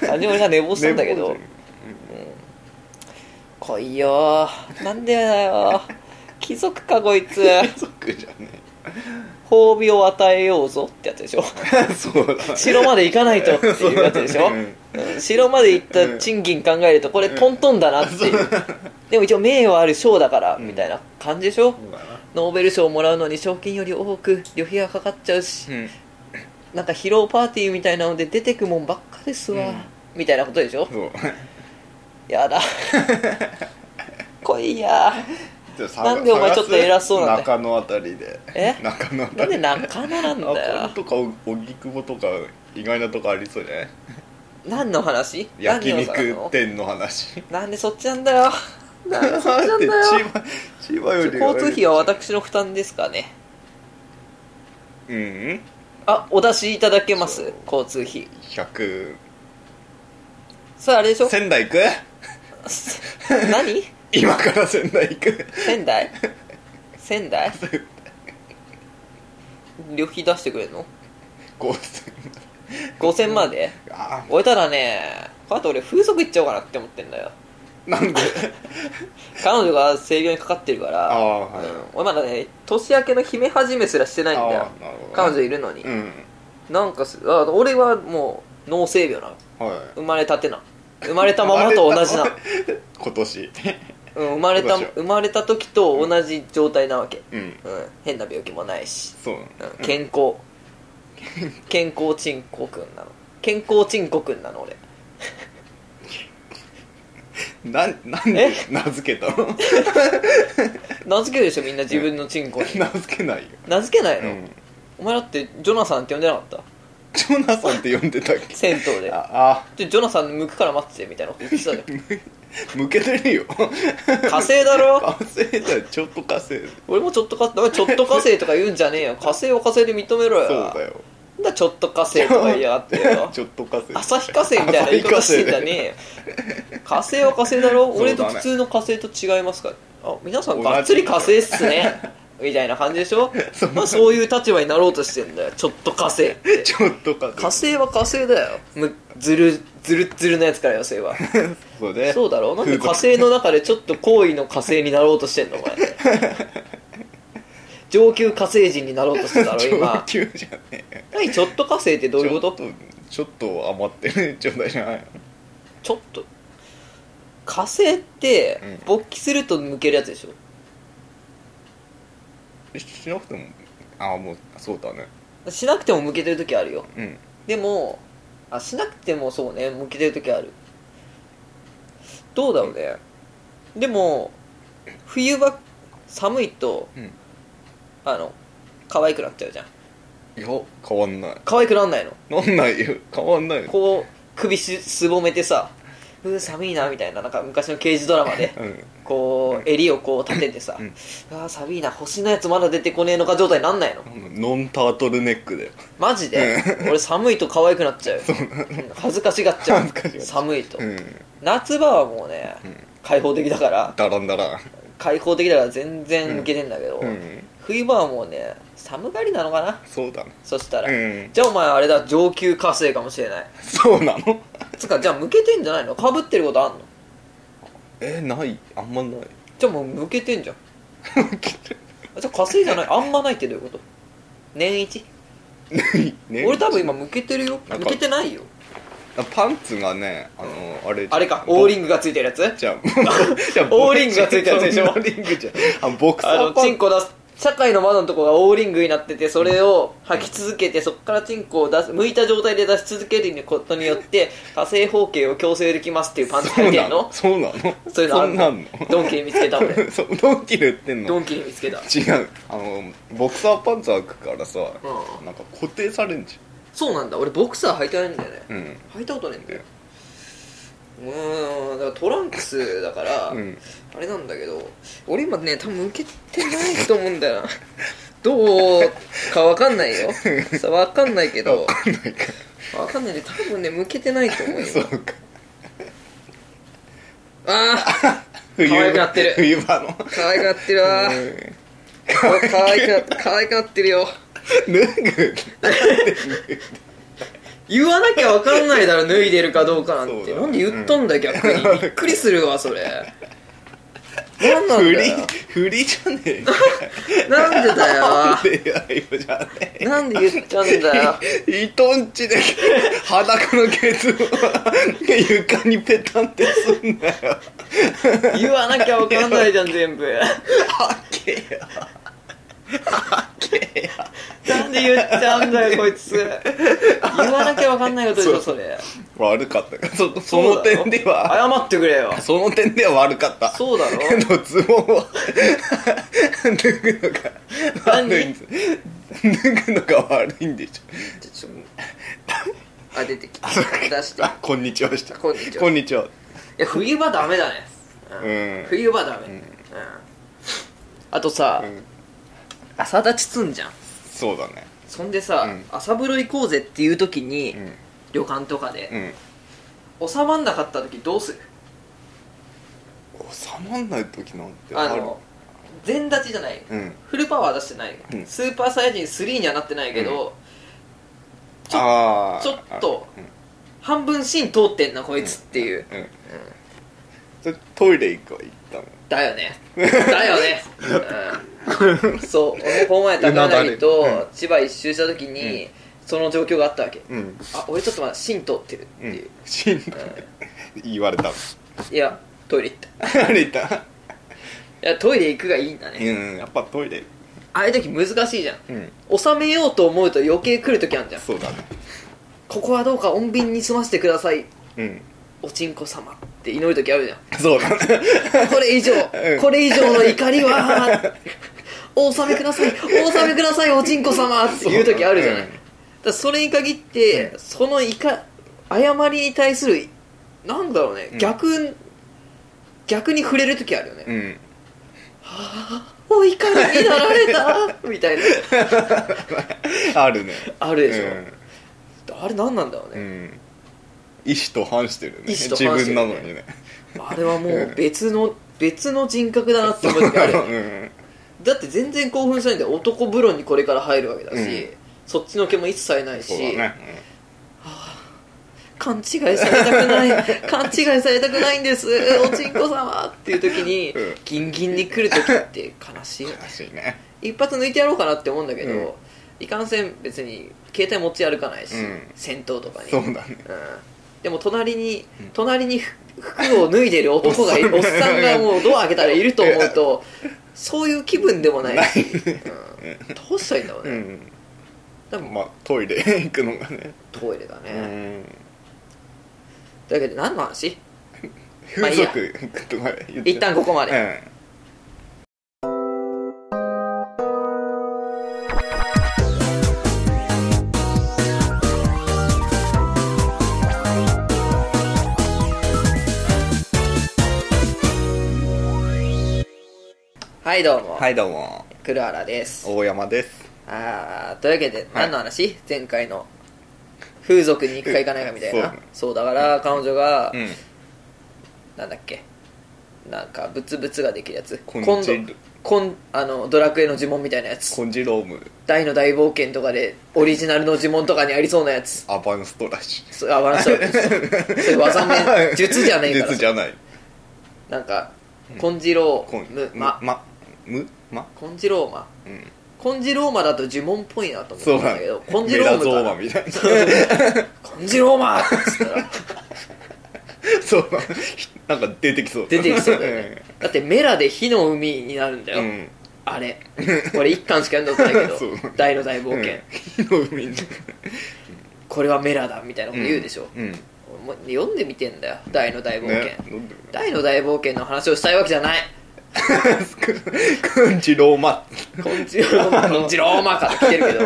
単純に俺が寝坊ゃんしたんだけど [LAUGHS] 寝来いよーなんでだよ貴族かこいつ坊じゃん家族じゃね褒美を与えようぞってやつでしょえ [LAUGHS] そうだ城まで行かないとっていうやつでし [LAUGHS] そょうだねうん城まで行った賃金考えるとこれトントンだなっていうでも一応名誉ある賞だからみたいな感じでしょそうだなノーベル賞をもらうのに賞金より多く旅費がかかっちゃうしうんなんか疲労パーティーみたいなので出てくもんばっかですわ、うんみたいなことでしょそう [LAUGHS] やだ来いやじゃあなんでお前ちょっと偉そうなんだよ中野あたりでえ中野あたなんりで仲間なんだあよこれとか荻窪とか意外なとこありそうじゃない何の話焼何をさ肉店の話なんでそっちなんだよなんでそっだちなんってだ [LAUGHS] 千よ葉千葉より交通費は私の負担ですかねうんあお出しいただけます交通費100さああれでしょ仙台行く [LAUGHS] 何今から仙台行く仙台仙台旅費出してくれんの5000 5000まであ終えたらねこの後俺風俗行っちゃおうかなって思ってんだよあなんで彼女が性病にかかってるかあらあはい、うん俺まだね年明けの姫始めすらしてないんだよあーなるほど彼女いるのに、うんなんかすあ俺はもう脳性病なのは生まれたてな生まれたままと同じな、い今年うん、 [LAUGHS] 生まれたどうしよ生まれた時と同じ状態なわけ、うんうん、変な病気もないし、そうなのうん、健 [LAUGHS] 康健康ちんこくんなの健康ちんこくんなの俺ななんで名付けた [LAUGHS] の名付けるでしょみんな自分のちんこに名付けないよ、名付けないうの、ん、お前だってジョナサンって呼んでなかったジョナサンって呼んでたっけ銭湯であでジョナサン向くから待っててみたいなこと言ってたじゃあ向けてるよん火星だ [LAUGHS] ろ稼いだちょっと稼いだ俺もちょっとかちょっと火星とか言うんじゃねえよ火星を火星で認めろよそうだよなんだちょっと火星とか言いやがってよちょっと稼い旭火星みたいな言い方してんじゃねえ [LAUGHS] よ火星は火星だろそうだね俺と普通の火星と違いますからあ皆さんがっつり火星っす [LAUGHS] ねみたいな感じでしょそうまあ、そういう立場になろうとしてんだよちょっと火星ってちょっと稼い火星は火星だよむずるずるっずるのやつからよそれはそうねそうだろなん風で火俗星の中でちょっと高位の火星になろうとしてんのお [LAUGHS] 前上級火星人になろうとしてたろ上今級じゃねえ何ちょっと火星ってどういうことちょっとちょっと余ってるちょうだいじゃないちょっと火星ってうん勃起すると抜けるやつでしょ、のしなくてもああもうそうだねしなくても向けてる時あるようんでもあしなくてもそうね向けてる時あるどうだろうね、でも冬は寒いとうんあの可愛くなっちゃうじゃんいや変わんない可愛くなんないのなんないよ変わんないよこう首すすぼめてさうー寒いなみたいななんか昔の刑事ドラマで [LAUGHS] うんこう襟をこう立ててさ、ううんわー寒いな星のやつまだ出てこねえのか状態になんないのノンタートルネックだよマジで、俺寒いと可愛くなっ [LAUGHS] ちゃうようん恥ずかしがっちゃう恥ずかしがっちゃう寒いと、うん夏場はもうね、ん開放的だからだらんだら開放的だから全然向けてんだけど、うん冬場はもうね寒がりなのかなそうだねそしたら、うんじゃあお前あれだ上級火星かもしれないそうなの [LAUGHS] つうかじゃあ向けてんじゃないのかぶってることあんのえないあんま [LAUGHS] ないじゃあもう向けてんじゃんじゃあ火星じゃないあんまないってどういうこと年一ね俺多分今向けてるよなん向かけてないよあパンツがねあのあれあれかオーリンングがついてるやつじゃんじゃんオーリングがついたやつでしょそんなリングじゃん [LAUGHS] あボクサあのーパチンンツコ出す社会の窓のとこがオーリングになっててそれを吐き続けてそこからチンコを出す向いた状態で出し続けることによって火星方形を強制できますっていうパンツそ入うってなんののそうなのそういうのあそるんなんのドンキで見つけた俺そうドンキで売ってんのドンキで見つけた違うあのボクサーパンツ履くからさ、うんなんか固定されんじそうなんだ俺ボクサー履いてないんだよねゃんうん履いたことないんだようーんだからトランクスだから、うんあれなんだけど俺今ね多分受けてないと思うんだよな [LAUGHS] どうか分かんないよさ分かんないけ分どかんないか分かんないで多分ね向けてないと思うよそうかああ可愛くなってる冬場の可愛くなって [LAUGHS] るわうん可愛くなって可愛くなってるよ [LAUGHS] 脱ぐ言わなきゃ分かんないだろ脱いでるかどうかなんそてうだなんで言ったんだよ逆にびっくりするわそれなんなん振だりよ振りじゃねえかなんでだよ出会いじゃねえなんで言っちゃうんだよ伊藤んちで裸のケツを床にペタンってすんなよ言わなきゃ分かんないじゃん全部はけやはけやなんで言っちゃうんだよこいつ言わなきゃ分かんないことでしょそれ悪か [LAUGHS] ったかそその点ではそうだろ謝ってくれよその点では悪かったそうだろけどズボンは脱ぐのが何悪いんです脱ぐのが悪いんでしょちょっとあ出てきたそうか出していあこんにちはしたこんにちはこんにちはや冬場ダメだね、うん冬場ダメ、うんあとさ、うん朝立ちすんじゃんそうだねそんでさ、うん朝風呂行こうぜっていう時に、うん旅館とかで、うん収まんなかった時どうする収まんない時なんてあるの全立ちじゃない、うんフルパワー出してない、うんスーパーサイヤ人3にはなってないけど、ちょあーちょっとうん半分芯通ってんなこいつっていう、うんそれトイレ行くは行ったのだよねだよね、 [LAUGHS] うん、そう俺この前高柳うなだれと千葉一周した時に、その状況があったわけ、うんあ俺ちょっとまだ芯通ってるっう、ていうんしんどい言われたのいやトイレ行ったあれ言ったいやトイレ行くがいいんだね、 [LAUGHS] うんやっぱトイレああいう時難しいじゃんうん収めようと思うと余計来る時あるじゃんそうだねここはどうか穏便に済ませてくださいうんおちんこ様って祈る時あるじゃんそう [LAUGHS] だねこれ以上、うんこれ以上の怒りは [LAUGHS] お納めくださいお納めくださいおちんこ様っていう時あるじゃない、うんだからそれに限って、そのいか誤りに対するなんだろうね、うん逆逆に触れる時あるよね、うんお怒りになられ [LAUGHS] たみたいなあるねあるでしょ、あれ何なんだろううん、ね、うん、意思と反してるね意思と反して自分るねなのにねあれはもう別の別の人格だなって思う時あるよ [LAUGHS] ねうんだって全然興奮しないんで男風呂にこれから入るわけだし、うんそっちの気も一切ないし、そうだね勘違いされたくない勘違いされたくないんですおちんこ様っていう時に、うんギンギンに来る時って悲しいようんね悲しいね一発抜いてやろうかなって思うんだけど、うんいかんせん別に携帯持ち歩かないし、うん戦闘とかにそうだねうんでも隣に隣にふ服を脱いでる男がいるお [LAUGHS] おっっさんさんがもうドア開けたらいると思うと [LAUGHS] そういう気分でもないし、うんどうしたらいいんだろううね、んでもまあトイレ行くのがねトイレだね、うんだけど何の話まあ風いいや俗行くとか [LAUGHS] 言って一旦ここまで、うんはいどうも、はいどうも黒原です大山ですあーというわけで何の話、前回の風俗に行くか行かないかみたいなそうそうだから彼女が、うんなんだっけなんかブツブツができるやつコン今ジ度ルこんあのドラクエの呪文みたいなやつコンジローム大の大冒険とかでオリジナルの呪文とかにありそうなやつアバンストラッシュそうあ笑っちゃ [LAUGHS] うそれ [LAUGHS] 技名術じゃねえから術じゃないなんか金次郎コンむままむま金次郎マうん金次郎マだと呪文っぽいなと思ったそうんなだんけどメ金次ラ郎ゾーママみたい [LAUGHS] な金次郎マって言ったらそうなんか出てきそう出てきそうだよねだってメラで火の海になるんだうよ、んあれ俺一巻しか読んだことない [LAUGHS] けそうど大の大冒険、火の海にこれはメラだみたいなこと言うでしょ、うんもう読んでみてんだよ大の大冒険、ね飲んで大の大冒険の話をしたいわけじ [LAUGHS] ゃないコンジローマ昆虫のジローマから来てる [LAUGHS] けど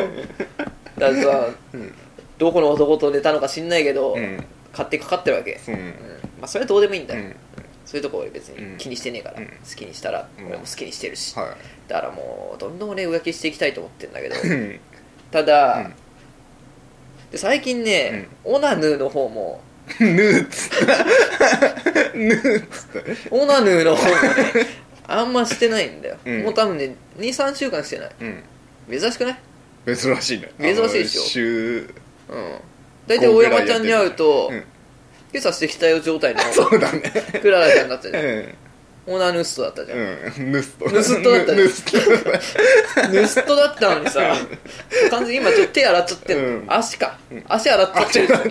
だからさ、どこの男と寝たのか知んないけど、うん勝手にかかってるわけ、ううんんまあ、それはどうでもいいんだよ、うんそういうとこ俺別うんに気にしてねえから、うん好きにしたらうん俺も好きにしてるし、はだからもうどんどんね浮気していきたいと思ってんだ [LAUGHS] けどいうんただ、うんで最近ね、オナヌーの方もヌーっつった [LAUGHS] ヌーっつっオナヌーの方 [LAUGHS] もねあんましてないんだよ、うんもう多分ね23週間してないたうん珍しくない珍しいね珍しいでしょあの週うん大体大山ちゃんに会うと、うん今朝してきたよ状態の [LAUGHS] そうだ [LAUGHS] ねクララちゃんだったじゃんうんオーナーヌストだったじゃん、うんヌストヌストだったねヌス [LAUGHS] トだっヌストだったのにさ完全に今ちょっと手洗っちゃってんの、うん足か、足洗っちゃたってるあ違う違う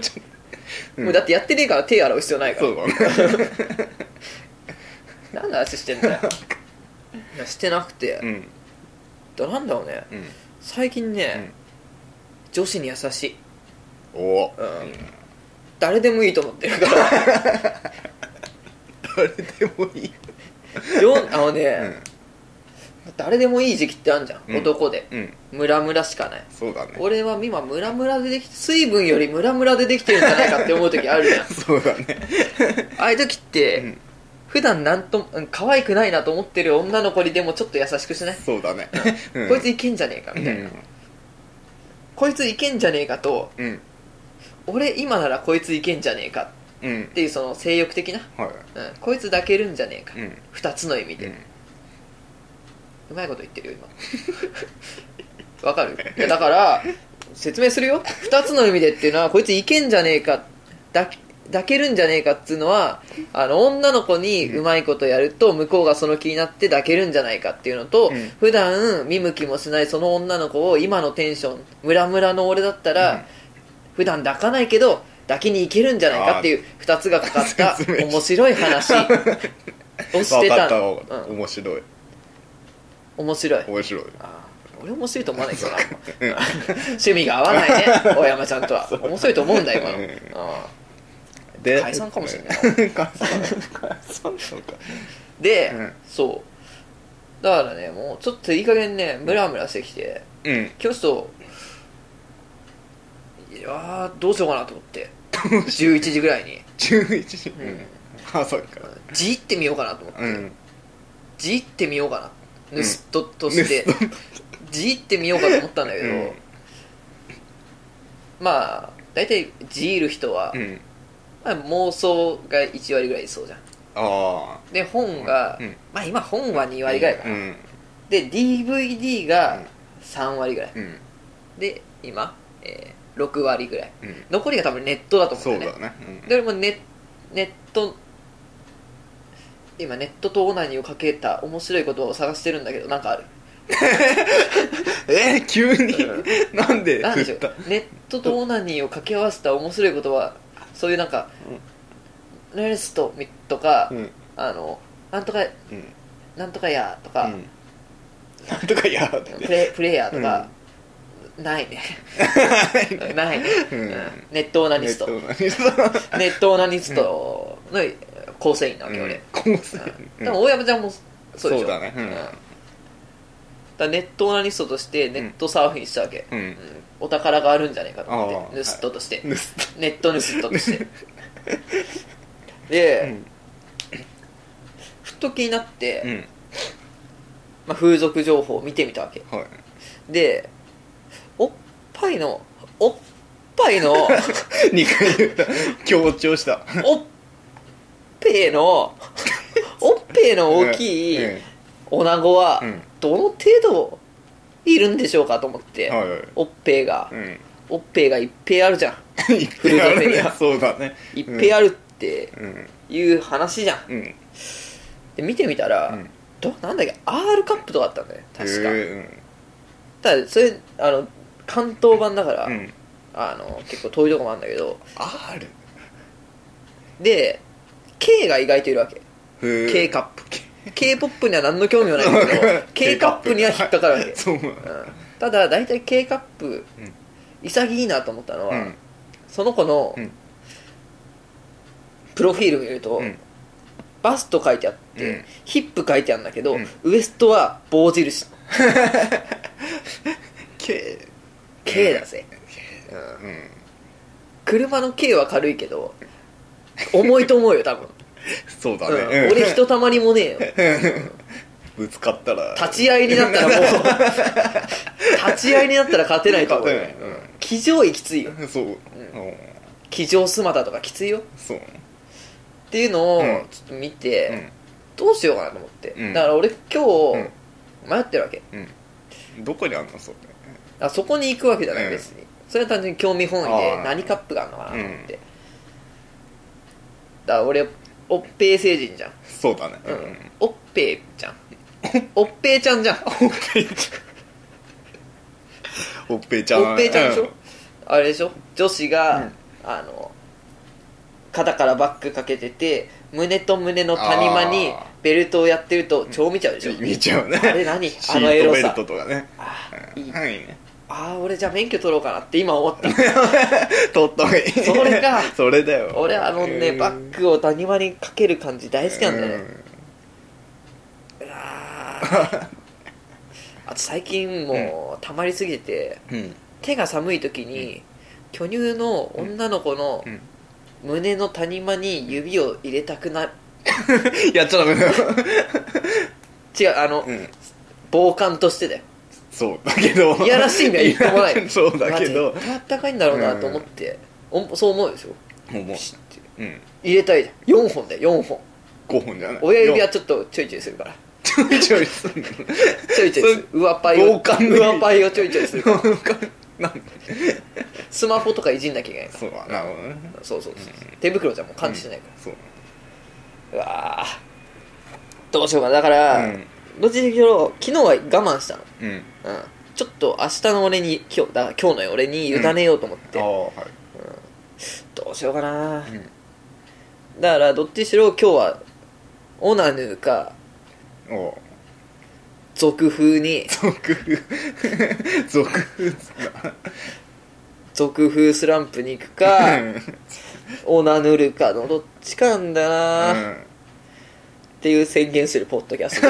うんもうだってやってねえから手洗う必要ないかそうらだね何の足してんだよいやしてなくて、うんだなんだろうねうん最近ね、女子に優しいおおうん誰でもいいと思ってるから誰でもいい [LAUGHS] よあのね、誰でもいい時期ってあるじゃん、うん男でうんムラムラしかないそうだね俺は今ムラムラでできて水分よりムラムラでできてるんじゃないかって思う時ある [LAUGHS] じゃんそうだねああいう時って、うん普段なんとうん可愛くないなと思ってる女の子にでもちょっと優しくしない、そうだねうんこいついけんじゃねえかみたいな、こいついけんじゃねえかとうんうん俺今ならこいついけんじゃねえかうんっていうその性欲的な、はうん、こいつ抱けるんじゃねえか、いうん二つの意味で、ううん [LAUGHS] まいこと言ってるよ今わかるいやだから説明するよ2つの意味でっていうのはこいついけんじゃねえかだ抱けるんじゃねえかっつうのはあの女の子にうまいことやると向こうがその気になって抱けるんじゃないかっていうのと、うん普段見向きもしないその女の子を今のテンションムラムラの俺だったら、うん普段抱かないけど抱きに行けるんじゃないかっていう2つがかかった説明し面白い話をして分 [LAUGHS] かたったの分かった、うん面白い面白い面白いあー俺面白いと思わないけどな趣味が合わないね大山ちゃん [LAUGHS] とは面白いと思うんだ今の、うんあで [LAUGHS] 解散かもしれない解散解散なのかーで、うんそうだからねもうちょっといい加減ねムラムラしてきてうん今日ちょっといやーどうしようかなと思って11時ぐらいに、 11時、ううんん、あそうかじってみようかなと思って、うんじってみようかうなん盗っ人として、盗っじってみようかと思ったんだけうど、んまあ大体じいる人は、うんまあ、妄想が1割ぐらいいそうじゃんあで本が、うんまあ今本は2あ割ぐらいかな、うんで DVD うがん3割ぐらい、うんで今、えー6割ぐらいうん残りが多分ネットだと思そううんだよだねねで俺もネネット今ネットとオナニーをかけた面白いことを探してるんだけどなんかあるえー急にうなんでなんで振しょっうたネットとオナニーを掛け合わせた面白いことはそういうなんか、レレストとか、うんあのなんとかうんなんとかやとうか、んなんとかやーってプレプレイヤーとか、ないね [LAUGHS] ないね、うんネットオナニネスットト何さネットオナニストの構成員なわけ、俺、構成うん、でも大山ちゃんもそうでしょそうだねうんだからネットオナニストとしてネットサーフィンしたわけ、うんうんお宝があるんじゃないかと思っあてあ盗っ人として、ヌスネット盗っ人 [LAUGHS] としてで、ふと気になって、うんまあ、風俗情報を見てみたわけはいでおっぱいのおっぱいの2回言った強調したおっぺーのおっぺーの大きいうん女子はうんどの程度いるんでしょうかと思って、はいはいおっぺーが、うんおっぺーがいっぺーあるじゃん言ってやるねそうだねいっぺーあるってうんいう話じゃん、うんで見てみたら、うんどなんだっけ R カップとかあったんだよ確か、へただそれあの関東版だから、ーうんあの結構遠いとこもあるんだけど R で K が意外といるわけ K カップ k p o p には何の興味もないんだけ [LAUGHS] ど K カップには引っかかるわけ、そううんうんただ大体 K カップ潔いなと思ったのは、その子の、うんプロフィール見ると、うんバスト書いてあって、うんヒップ書いてあるんだけど、うんウエストは棒印 K K だぜ、うん車の K は軽いけど重いと思うよ [LAUGHS] 多分、そうだうんね俺ひとたまりもねえよぶつかったら立ち合いになったらもう [LAUGHS] 立ち合いになったら勝てないと思うよ勝てないうん騎乗位きついよそううん騎乗姿とかきついよそうっていうのをうんちょっと見て、うんどうしようかなと思って、うんだから俺今日迷ってるわけうんどこにあんのそれあそこに行くわけじゃないうん別に、それは単純に興味本位あでー何カップがあるのかなと思って、だから俺おっぺい成人じゃん、そうだねうんおっぺい [LAUGHS] ちゃんおっぺいちゃんじゃんおっぺいちゃんおっぺいちゃんおっぺいちゃんでしょ、うあれでしょ女子が、うんあの肩からバッグかけてて胸と胸の谷間にあーベルトをやってると超見ちゃうでしょ、見ちゃうねあれ何シあのエートロベルさトとかねあーいいはいねあー俺じゃあ免許取ろうかなって今思った取った方がいいそれか [LAUGHS] それだよ俺あのねバッグを谷間にかける感じ大好きなんだよね、う [LAUGHS] わーあと最近もうたまりすぎててうん手が寒い時に巨乳の女の子のうん胸の谷間に指を入れたくなるやっちゃダメだよ違うあのうん防寒としてだよそうだけどいやらしいんだよ言ってもらえ [LAUGHS] るそうだけどまあ絶対あったかいんだろうなと思って、おそう思うでしょもうもうピシッてうん入れたいじゃん4本だよ4本5本じゃない親指はちょっとちょいちょいす [LAUGHS] るからちょいちょいすんのちょいちょいする上パイを防寒の意味上パイをちょいちょいするからなんかなんでスマホとかいじんなきゃいけないかそうなるほどねらそうそうそう手袋じゃもう感じしないかそうら、うわーどうしようかなだから、うんどっちにしろ昨日は我慢したの、うんうん、ちょっと明日の俺に今日だから今日の俺に委ねようと思って、ああはどうしようかな、い、うんだからどっちにしろ今日はオナヌーかおう俗風に俗 [LAUGHS] 風俗風俗風スランプに行くだかオナヌルかのどっちかなんだな、うっんていう宣言するポッドキャスト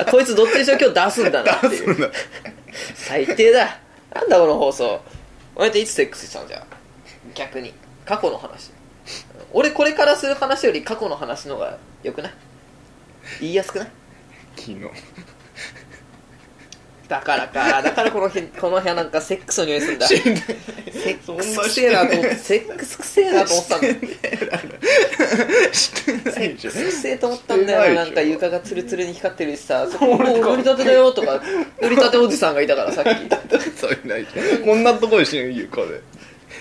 あこいつどっちにしろ今日出すんだなっていうだ最低だなんだこの放送お前っていつセックスしたのじゃあ逆に過去の話俺これからする話より過去の話の方がよくない言いやすくない昨日だからかだからこの辺この部屋なんかセックスの匂いするんだセんッそんなクしスくせてえななとい思ってセックスくせえなと思ってたんだよしてないじゃん先生と思ったんだよななんか床がツルツルに光ってるしさそこ [LAUGHS] もう売り立てだよとか売り立ておじさんがいたからさっきそれないじゃんこんなとこでしない床で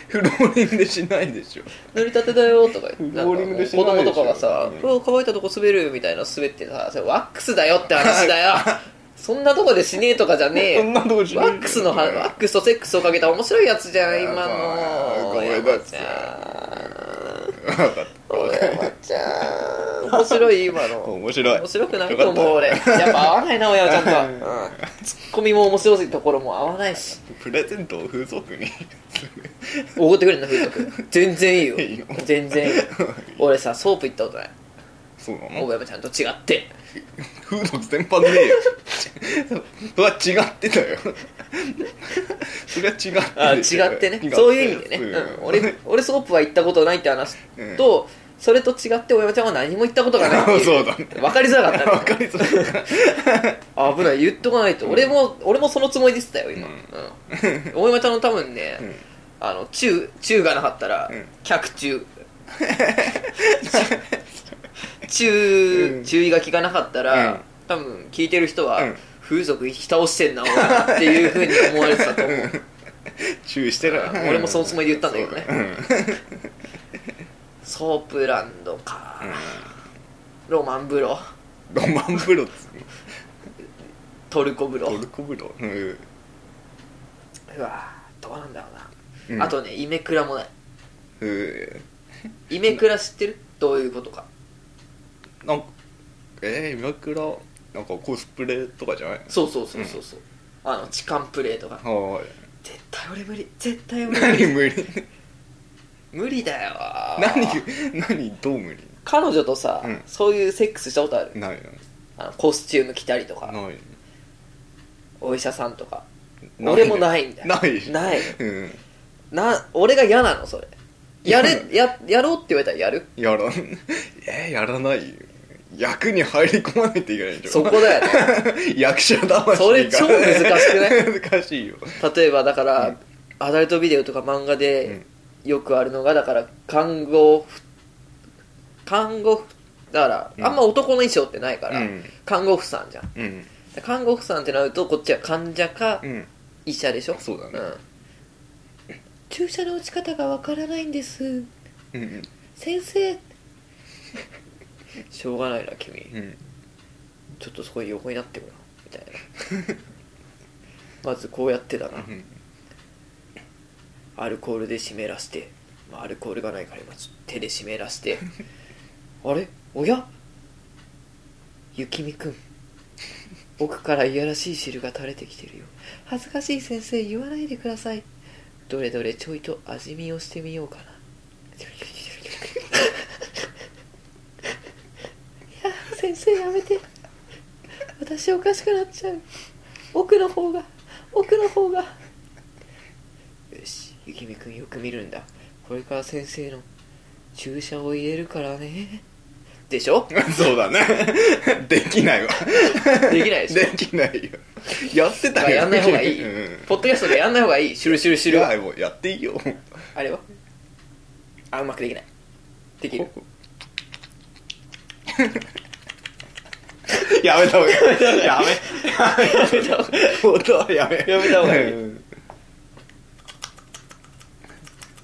フローリングでしないでしょ塗り立てだよとかなんかボーリングでし子ない供でしょとかがさう「んうわ乾いたとこ滑る」みたいな滑ってさそれワックスだよって話だよそんなとこでしねえとかじゃねえそんなとこしないワックスのはワックスとセックスをかけた面白いやつじゃん今まあのごめんなさい分かった小山ちゃん面白い今の面白い面白くないよかっと思たう俺やっぱ合わないな親ちゃんとは、うんうん、ツッコミも面白いところも合わないしプレゼントを風俗におごってくれんの風俗全然いいよいいよ全 [LAUGHS] 然いいよ俺さソープ行ったことないそうな小の山ちゃんと違って風俗全般ねえよそれは違ってたよそれは違ってあ違でしょってね違そういう意味でね、そううん、俺俺ソープは行ったことないって話と、それと違って小山ちゃんは何も行ったことがないって [LAUGHS] [LAUGHS] いそうだね分かりづらかったね [LAUGHS] 分かりそう危ない言っとかないと、俺も俺もそのつもりでしたよ今、ううんん大山ちゃんの多分ね、んあの中中がなかったら、うん客 [LAUGHS] 中中、うん注意書きがなかったら、うん多分聞いてる人は、うん風俗引き倒してんな俺はっていうふうに思われてたと思う、注意してるうん俺もそのつもりで言ったんだけどねそうソープランドか、ロマン風呂だうんロマン風呂っつうのトルコ風呂トルコ風呂うんうわどうなんだろうな、うんあとねイメクラもないうんイメクラ知ってるどういうことかなんかえー、今倉なんかコスプレとかじゃないそうそうそうそうそう、あの痴漢プレイとかは絶対俺無理絶対ーい俺 [LAUGHS] 無何理無理無理だよ何何どう無理彼女とさ、うんそういうセックスしたことあるないあのコスチューム着たりとのかないお医者さんとかない俺もないんだよないないうんな俺が嫌なのそれやれややろうって言われたらやるやらんえー、やらないよ役に入り込まないといけないんじゃんそこだよね [LAUGHS] [LAUGHS] 役者魂それ超難しくない [LAUGHS] 難しいよ例えばだから、アダルトビデオとか漫画でよくあるのがだから看護婦看護婦だから、うんあんま男の衣装ってないから、うん看護婦さんじゃんうんで看護婦さんってなるとこっちは患者かうん医者でしょそうだねん注射の打ち方がわからないんですうん先生 [LAUGHS] しょうがないな君うんちょっとそこに横になってくなみたいな [LAUGHS] まずこうやってだな、うんアルコールで湿らして、まあ、アルコールがないから今ちょっと手で湿らしてあれおや雪見くん奥からいやらしい汁が垂れてきてるよ恥ずかしい先生言わないでくださいどれどれちょいと味見をしてみようかな [LAUGHS] いや先生やめて私おかしくなっちゃう奥の方が奥の方がよしゆきみくんよく見るんだこれから先生の注射を入れるからねでしょそうだね [LAUGHS] できないわできないでしょできないよやってたよやんない方がいい、うんポッドキャストでやんない方がいいシュルシュルシュいルやはもうやっていいよあれはあうまくできないできる [LAUGHS] やめた方がいいやめやめた方が音はやめやめた方がいいうん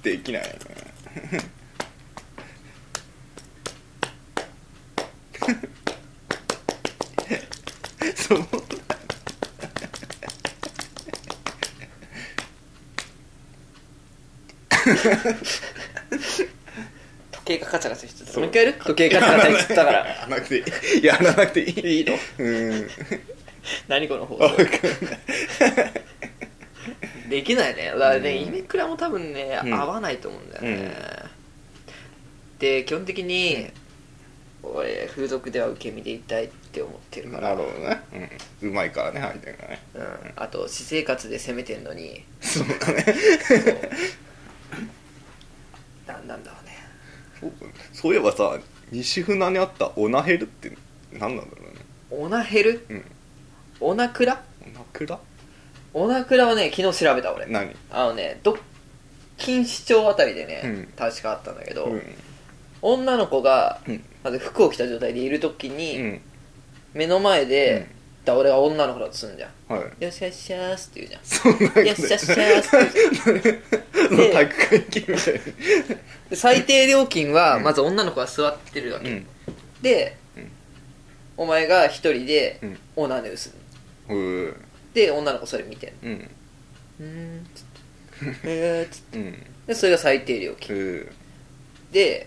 できないよねそう思った時計がカチャカチャしてたもう一回やる時計ガチャガチャしてたからやらなくていいやらなくていいいいのうん何この放わか送んないできないねだからね、うんイメクラも多分ね、うん合わないと思うんだよね、で基本的に、俺風俗では受け身でいたいって思ってるかならるほどね、うん、うまいからね相手がねうん、あと私生活で攻めてんのにそうだね何なんだろうねそうそういえばさ西船にあったオナヘルって何なんだろうねオナヘルうんオナクラオナクラオナクラはね昨日調べた俺何あのねど錦糸町あたりでね、うん確かあったんだけど、うん女の子がうんまず服を着た状態でいる時うに、ん目の前で、だ俺が女の子だとすんじゃんはいよっしゃっしゃーすって言うじゃんそんなことよっしゃっしゃーすって言うじゃんその体育会系みたいで最低料金はうんまず女の子が座ってるわけ、にで、うんお前が一人でうんオナヌーするうんうんで女の子それ見てんのうんうーんつってえーつってうんでそれが最低料う金んで、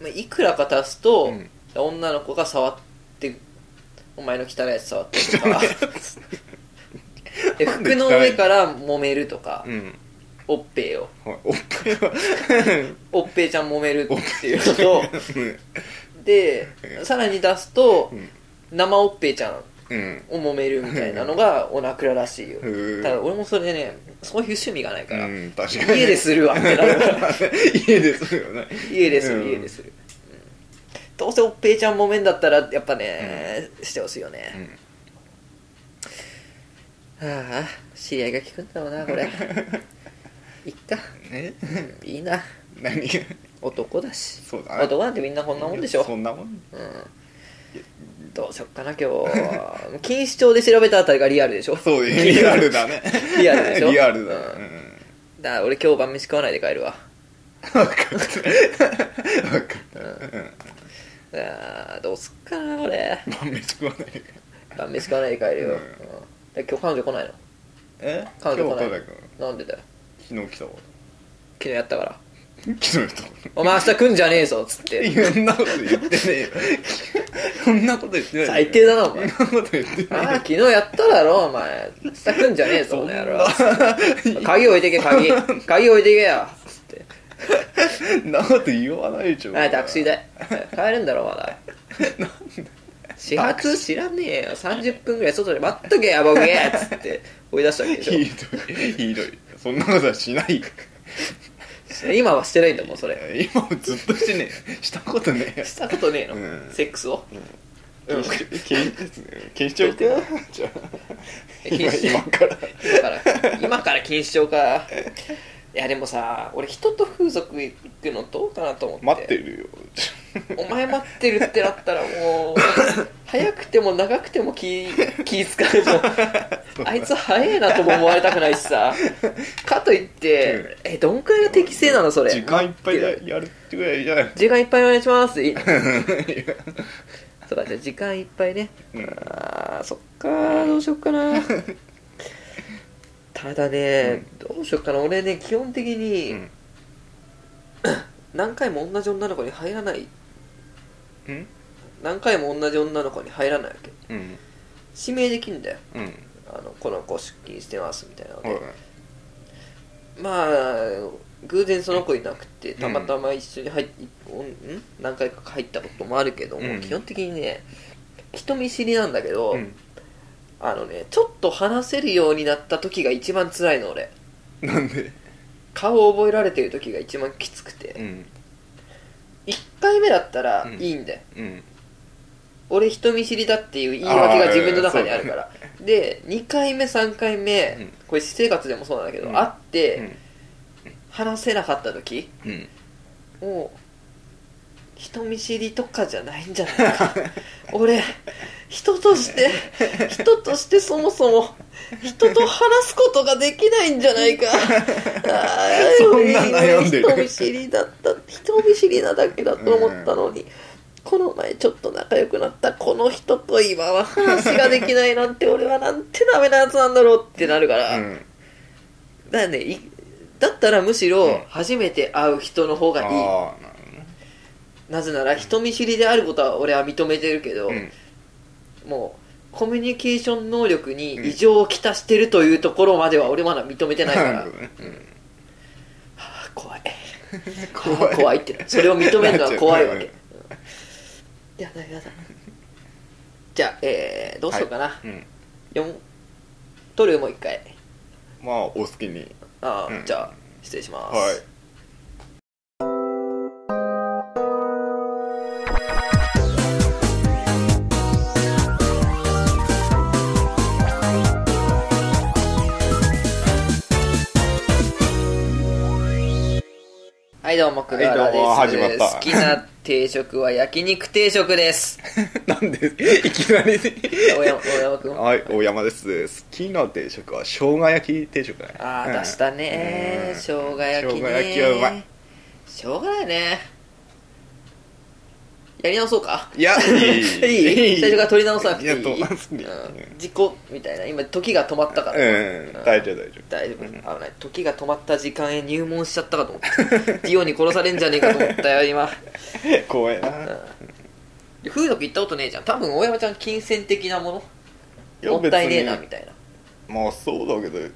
まあ、いくらか足すと、うん女の子が触ってお前の汚いやつ触ってとかでなんで汚服いの上から揉めるとか、うんおっぺいをはいおっぱい [LAUGHS] はおっぺいちゃん揉めるっていう [LAUGHS] のとうんでさらに出すと、うん生おっぺいちゃんうんを揉めるみたいなのがおなくららしいよへえただ俺もそれねそういう趣味がないから、うん確かに家でするわってなるから家ですよね家ですうるん家でする、うんどうせおっぺいちゃん揉めんだったらやっぱね、してほしいよね、はあ知り合いが聞くんだろうな [LAUGHS] これいっかねうんいいな何が男だしそうだね男なんてみんなこんなもんでしょそんなもんうんどうしよっかな今日 [LAUGHS] 錦糸町で調べたあたりがリアルでしょそうリアル [LAUGHS] だねリアルでしょリアルだうねんだから俺今日晩飯食わないで帰るわ分かった分かったあーどうすっかなこれ晩飯食わないで晩飯食わないで帰るよ、うんうんで今日彼女来ないのえ今日彼女来誰なかいなんでだよ昨日来たわ昨日やったから昨日来たわお前明日来んじゃねえぞっつってそんなこと言ってねえよそんなこと言ってないよ最低だなお前そんなこと言ってあないあ昨日やっただろお前明日来んじゃねえぞこの野郎鍵置いてけ鍵 [LAUGHS] 鍵置いてけよつってそんなこと言わないでしょあタクシー代帰るんだろまだ始発知らねえよ30分ぐらい外で待っとけやボケっつって追い出したわけでひしどいひどいそんなことはしないょ今はしてないんだもんそれ今もずっとしてねえしたことねえよしたことねえの、うんセックスをうん禁止しちゃうかじゃあ禁今止今から今から今から錦糸町かいやでもさ俺人と風俗行くのどうかなと思って待ってるよお前待ってるってなったらもう早くても長くても気 [COUGHS] 気使うとあいつ早えなとも思われたくないしさかといって、えどんくらいが適正なのそれ時間いっぱい待やてるやるってぐらいじゃない時間いっぱいお願いしますいいそうだじゃあ時間いっぱいね、うんあーそっかーどうしよっか [LAUGHS] なただね、どうしよっかな俺ね基本的に、うん何回も同じ女の子に入らないうん何回も同じ女の子に入らないわけうん指名できんだようんあのこの子出勤してますみたいなので、はいまあ偶然その子いなくてたまたま一緒に入っ、おんん何回か入ったこともあるけども、うん基本的にね人見知りなんだけど、うんあのねちょっと話せるようになった時が一番辛いの俺なんで顔を覚えられてる時が一番きつくうて、ん一1回目だったらうんいいんだよ、うん俺人見知りだっていう言い訳が自分の中にあるから、で2回目3回目、うんこれ私生活でもそうなんだけど、うん会って話せなかった時うん [LAUGHS] もう人見知りとかじゃないんじゃないか俺人として人としてそもそも人と話すことができないんじゃな [LAUGHS] いかあーそんな悩んでる人見知りだった人見知りなだけだと思ったのに、この前ちょっと仲良くなったこの人と今は話ができないなんて俺はなんてダメなやつなんだろうってなるから、うんだからねいだったらむしうんろ初めて会う人の方あがいい、あなるほどねなぜなら人見知りであることは俺は認めてるけど、うんもうコミュニケーション能力に異常をきたしてるというところまでは俺まだ認めてないか [LAUGHS] ならるほどねうんあ怖い [LAUGHS] 怖い怖いってそれを認めるのは怖いわけ、うんやだやだじゃあ、えー、どうしようかな、うん四取るもう一回まあお好きにあー、うんじゃあ失礼します、はいはいどうも、くがらはいどです。うも始まった好きな定食は焼肉定 [LAUGHS] 食です。なんでいきなり大山大山くん。はい大山です好きな定食は生姜焼き定食だねあうんあ、出したね、うん生姜焼きね。生姜焼きはうまいしょうがないね。やり直そうか。いやいいいい最初から取り直さなくていい。いやどうなんすかうん事故みたいな。今、時が止まったから。うん大丈夫大丈夫大丈夫、危ない時が止まった時間へ入門しちゃったかと思ったディオに殺されんじゃねえかと思ったよ今怖いな風俗行ったことねえじゃん多分大山ちゃん金銭的なもいのやもったいねえ別なにみたいなまあそうだけど、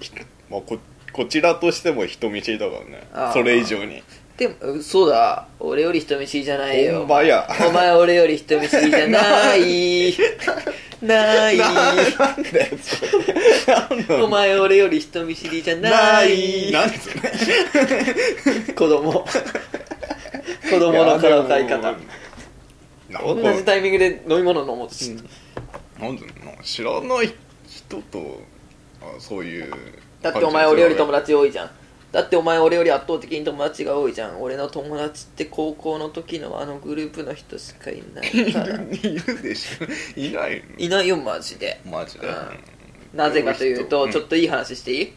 ひまあ、ここちらとしても人見知りだからねあーそれ以上にでもうそうだ俺より人見知りじゃないよほんまやお前俺より人見知りじゃないないなんだよそれなんなのお前俺より人見知りじゃ [LAUGHS] なないいなんでそれ子供子供のからかいいやで方も同なんじかタイミングで飲み物飲もうとして、なんでなんか知らない人とあそういうだってお前俺より友達多いじゃんだってお前俺より圧倒的に友達が多いじゃん俺の友達って高校の時のあのグループの人しかいないから [LAUGHS] いるでしょいないいないよマジでのマジでなぜかというと、うんちょっといい話していい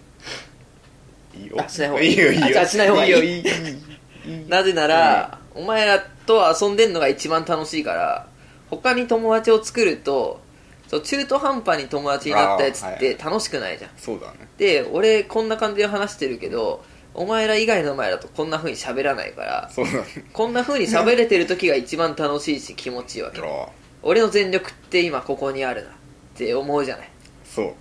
いいよあしない方がいいいいよいいよあじゃあしない方がいいよいいよいいよなぜなら、お前らと遊んでんのが一番楽しいから他に友達を作るとそう中途半端に友達になったやつあーはっいて楽しくないじゃん、そうだねで俺こんな感じで話してるけどお前ら以外の前だとこんな風に喋らないからそうだねこんな風に喋れてる時が一番楽しいし気持ちいいわけだから俺の全力って今ここにあるなって思うじゃない、そううんう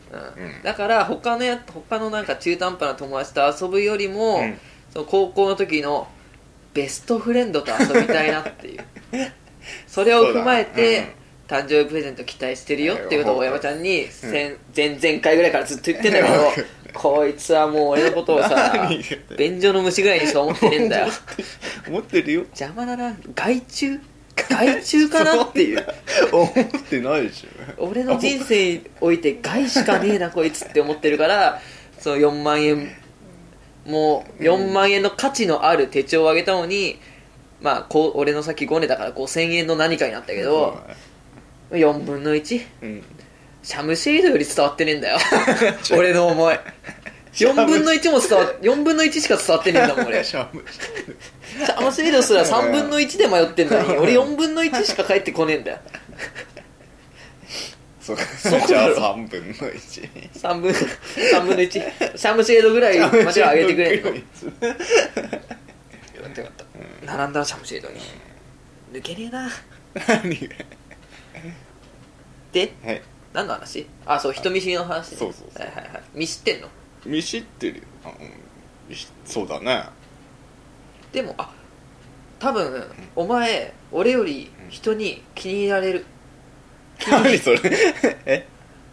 んだから他のや他のなんか中途半端な友達と遊ぶよりも、うんその高校の時のベストフレンドと遊びたいなっていう [LAUGHS] それを踏まえて、誕生日プレゼント期待してるよっていうことを大山ちゃんに、先前々回ぐらいからずっと言ってんだけどわかるこいつはもう俺のことをさ何言って便所の虫ぐらいにしか思ってねえんだよ思ってるよ邪魔だな害虫害虫かなっていう思ってないでし俺の人生において害しかねえなこいつって思ってるからその4万円もう4万円の価値のある手帳をあげたのにまあこう俺のさっき5年だから5000円の何かになったけょど4分の1うんシャムシェードより伝わってねえんだよ [LAUGHS] 俺の思い4分の1も伝わ4分の1しか伝わってねえんだもん [LAUGHS] 俺シシャムャムシェードすら3分の1で迷ってんのに俺4分の1しか返ってこねえんだよそうかうだろじゃあ3分の1 3分3分の1シャムシェードぐらいまでは上げてくれんのよかったよかった並んだらシャムシェードに抜けねえな何がではい何の話あそう人見知りの話ねそうそうそうはいはいはい見知ってんの見知ってるよあうん見知そうだねでもあ多分お前俺より人に気に入られる何それえ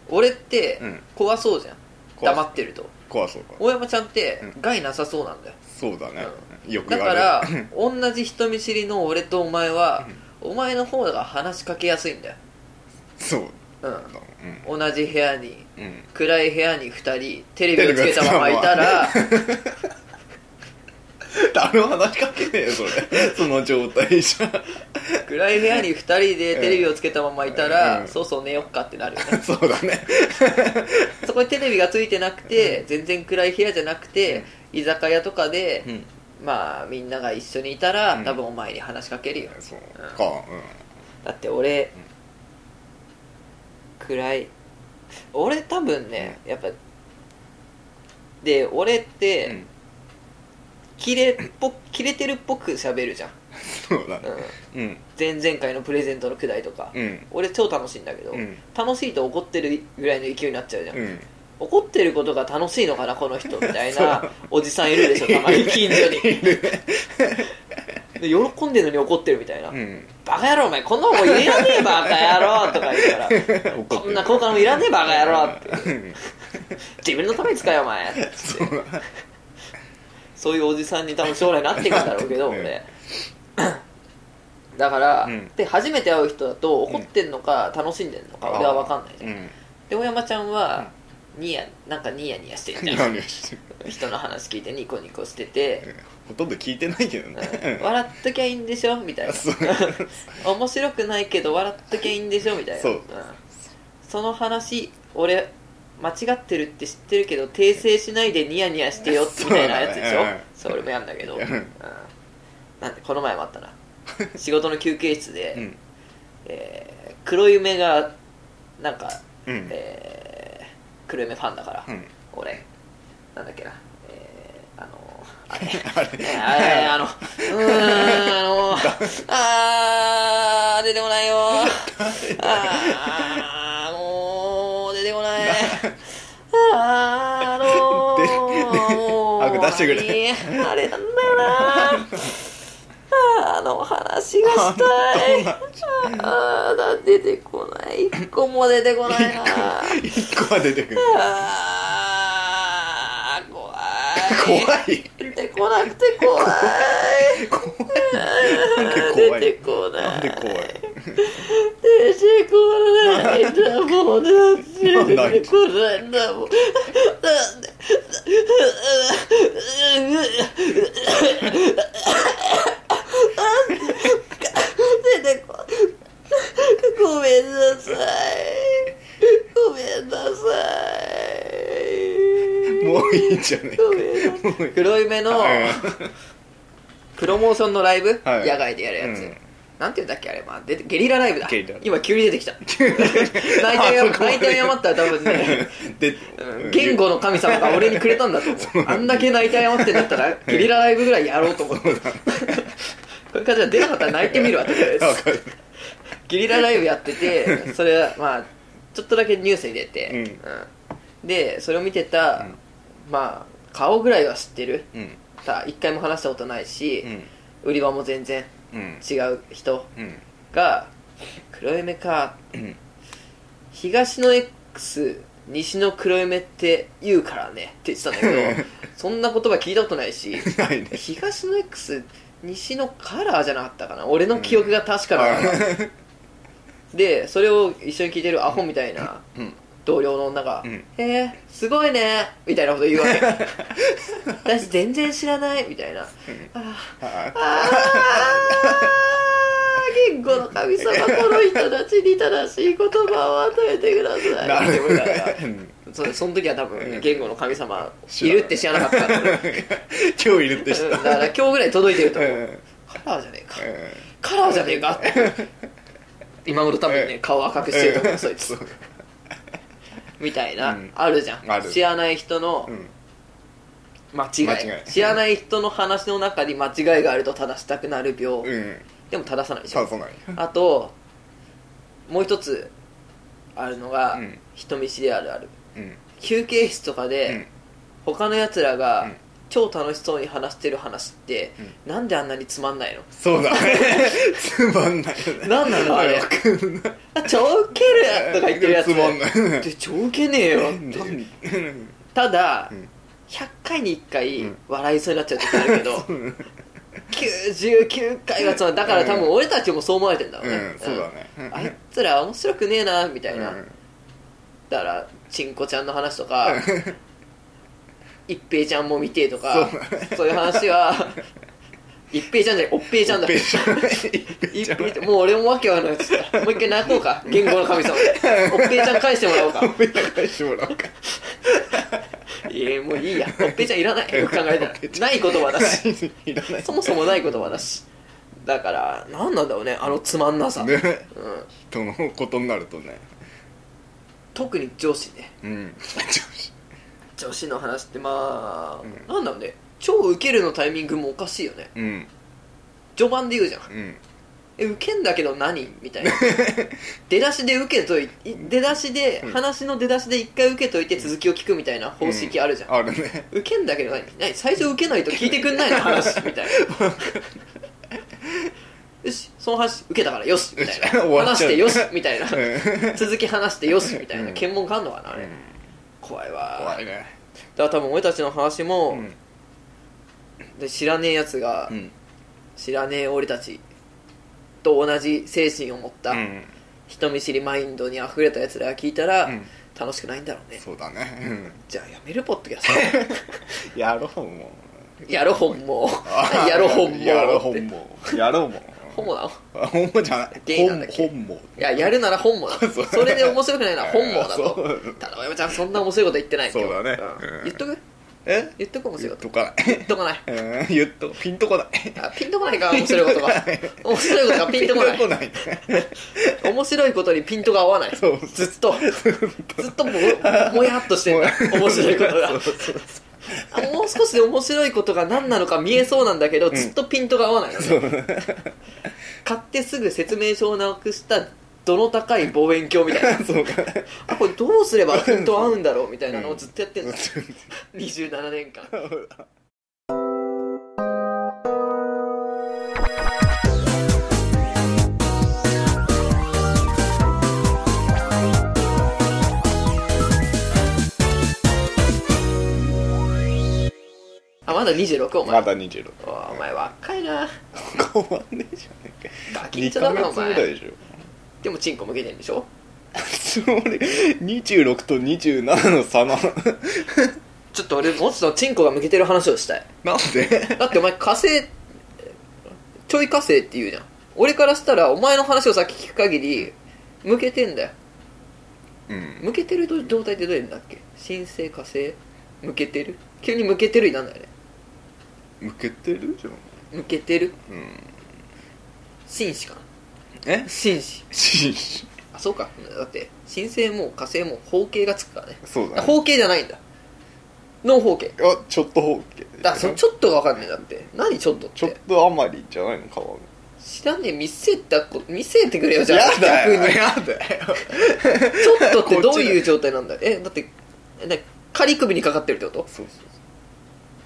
俺ってうん怖そうじゃん怖い黙ってると怖そうか大山ちゃんってう害なさそうなんだよそうだねよくだ言わかれる [LAUGHS] らうん同じ人見知りの俺とお前はお前の方が話しかけやすいんだよそううだんうん同じ部屋にうん [LAUGHS] 暗い部屋に2人テレビをつけたままいたら誰も話しかけねえよそれその状態じゃ暗い部屋に2人でテレビをつけたままいたら、うんそうそう寝よっかってなるよねそうだねそこにテレビがついてなくて全然暗い部屋じゃなくて居酒屋とかで、うんまあみんなが一緒にいたら、うん多分お前に話しかけるよそうかだって俺、暗い俺多分ねやっぱで俺っうん、て、うん、キレっぽキレてるっぽく喋るじゃん、そうだうねん、うん前々回のプレゼントのくだりとか、うん俺超楽しいんだけど、うん楽しいと怒ってるぐらいの勢いになっちゃうじゃん、うん怒ってることが楽しいのかなこの人みた [LAUGHS] いそなうおじさんいるでしょたまに近所にで喜んでるのに怒ってるみたいな、うんバカ野郎お前こんなもんいらねえバカ野郎とか言うから [LAUGHS] 怒ってるこんな効果のいらねえバカ野郎ってうん自分のために使えよお前そうだそういうおじさんに多分将来なっていくんだろうけど [LAUGHS] ね俺だから、うんで初めて会う人だと怒ってんのか楽しんでんのか、俺は分かんないじゃん、うんで大山ちゃんは、ニヤなんかニヤニヤしてんじゃん何をしてる人の話聞いてニコニコしてて、ほとんど聞いてないけどねうん笑っときゃいいんでしょみたいなそう面白くないけど笑っときゃいいんでしょみたいなそうんその話俺間違ってるって知ってるけど訂正しないでニヤニヤしてよみたいなやつでしょそ,、そううだねうん俺もやんだけど、うんうんなんでこの前もあった [LAUGHS] な仕事の休憩室で、うんえー黒夢がなんか、うんえー黒夢ファンだから、うん俺なんだっけなえー、あのあれあれあれあのうーんあのあー出てこないよあーもう出てこないあーあのででーもう早く出してくれあれなんだよなあーあの話がしたいあーだ出てこない一個も出てこないな一個は出てくるあー怖怖いい出てこなくて怖い怖い出怖いてこなないんで怖い出てこないんだもんだって出てこないんだもんなんで出てこごめんなさいごめんなさいもういいんじゃないごめんなさいもういい黒夢のプロモーションのライブ、はい野外でやるやつ、うんなんていうんだっけあれ、まあ、出てゲリラライブだゲリラ今急に [LAUGHS] 出てきた泣いてあそこまで泣いて謝ったら多分 [LAUGHS] ね、でうん言語の神様が俺にくれたんだと思うあんだけ泣いて謝ってんだっ [LAUGHS] たらゲリラライブぐらいやろうと思ってこれからじゃあ出なかったら泣いてみるわってことでわす [LAUGHS] かるゲリラライブやっててそれはまあちょっとだけニュースに出て、うんうんでそれを見てた、んまあ顔ぐらいは知ってるうんた一回も話したことないし、うん売り場も全然うん違う人うんが「黒夢かうん東の X 西の黒夢って言うからね」って言ってたんだ [LAUGHS] けどそんな言葉聞いたことないしないね東の X 西のカラーじゃなかったかな俺の記憶が確かなのかな、でそれを一緒に聞いてるアホみたいなうん同僚の女がうん「えー、すごいね」みたいなこと言うわけ [LAUGHS] 私全然知らないみたいな「あーああー言語の神様この人たちに正しい言葉を与えてくださーいなるほって思いながらどうんそその時は多分言語の神様知いらないるって知らなかったから今日いるってうん人だから今日ぐらい届いてるとうん思ううんカラーじゃねえかカラーじゃねえかって今頃多分ね顔赤くしてると思うそいつうかみたいな、うんあるじゃあんる知らない人のうん間違い間違い知らない人の話の中に間違いがあると正したくなる病、うんでも正さないでしょさそうないあともう一つあるのが、うん人見知りあるあるうん休憩室とかで、うん他のやつらが、うん超楽しそうに話してる話って、なんであんなにつまんないのそうだねつまんないよねなんなのあれわかんないあ超ウケるとか言ってるやつつまんないで超ウケねえよっていうただ、うん100回に1う回ん笑いそうになっちゃう時ある [LAUGHS] けど、99回はつまんないだから多分俺たちもそう思われてんだろうね、うんそうだねうんあいつら面白くねえなみたいな、うんだからチンコちゃんの話とか一平ちゃんも見てとかそうだねそういう話は一平ちゃんじゃないおっぺいちゃんだ一平ちゃん一一平ちゃん平ちゃんもう俺もわけわかんないやつだもう一回泣こうか言語の神様でおっぺいちゃん返してもらおうかおめで返してもらおうかいやもういいやほっぺちゃんいらないよく考えたほっぺちらゃんない言葉だしいらないそもそもない言葉だしだから何なんだろうねあのつまんなさ、ねうん、人のことになるとね特に上司ねうん女子の話ってまあ、うんなんだろうね超ウケるのタイミングもおかしいよねうん序盤で言うじゃんうんえウケんだけど何みたいな [LAUGHS] 出だしでウケといい出だしで、うん話の出だしで一回ウケといて続きを聞くみたいな方式あるじゃん、あるねウケんだけど何何最初ウケないと聞いてくんないの話みた [LAUGHS] いなよしその話ウケたからよしみたい [LAUGHS] よなし終わっ話ちゃうしてよしみたいなうん続き話してよしみたいなうん検問があんのかなあれ、うん怖いわ怖いねだから多分俺たちの話も、うんで知らねえやつが、うん知らねえ俺たちと同じ精神を持った、うん人見知りマインドに溢れたやつらが聞いたら、うん楽しくないんだろうねそうだねじゃあやめるポッドキャスうんやろうも [LAUGHS] トやる本もうやる本もやろうもうやろうもう本もなの本もじゃないゲイなんだっけ本本もいややるなら本もなの [LAUGHS] そうそれで面白くないなら本もだそとうただお山ちゃんそんな面白いこと言ってないそうだね今日うん言っとくえ言っとく面言白いっこととかな言っとかないいうん言っとピンとこないあピンとこないか面白 [LAUGHS] いことが面白いことがピンとこないこないね面白いことにピントが合わない [LAUGHS] そうずっ [LAUGHS] とずっとももやっとしてる面白いことがそうそうあもう少しで面白いことが何なのか見えそうなんだけど、ずっとピントが合わないのねそう買ってすぐ説明書をなくした度の高い望遠鏡みたい [LAUGHS] なそうかあこれどうすればピント合うんだろうみたいなのをずっとやっ [LAUGHS] てるの27年間あまだ26おま前だ26おお前若いな変わんねえじゃねえかガキン2チョだヶなお月ぐらい前でしょでもチンコ向けてるんでしょつまり26と27の差なのちょっと俺もうちょっとチンコが向けてる話をしたいなんでだってお前火星ちょい火星って言うじゃん俺からしたらお前の話をさっき聞く限り向けてんだようん向けてるど状態ってどういうんだっけ新生火星向けてる急に向けてるになんだよね向けてる [LAUGHS] じゃん向けてるうん紳士かなえ紳士しあそうかだって新生も火星も方形がつくからねそうだねあ方形じゃないんだノン方形あちょっとほうけだそちょっとが分かんないんだって何ちょっとっちょってと余りじゃないの変わる知らねえ見せたこ見せてくれよじゃあやだよ逆にやだよ [LAUGHS] ちょっとってどういう状態なんだえだってえな仮首にかかってるってことそうそう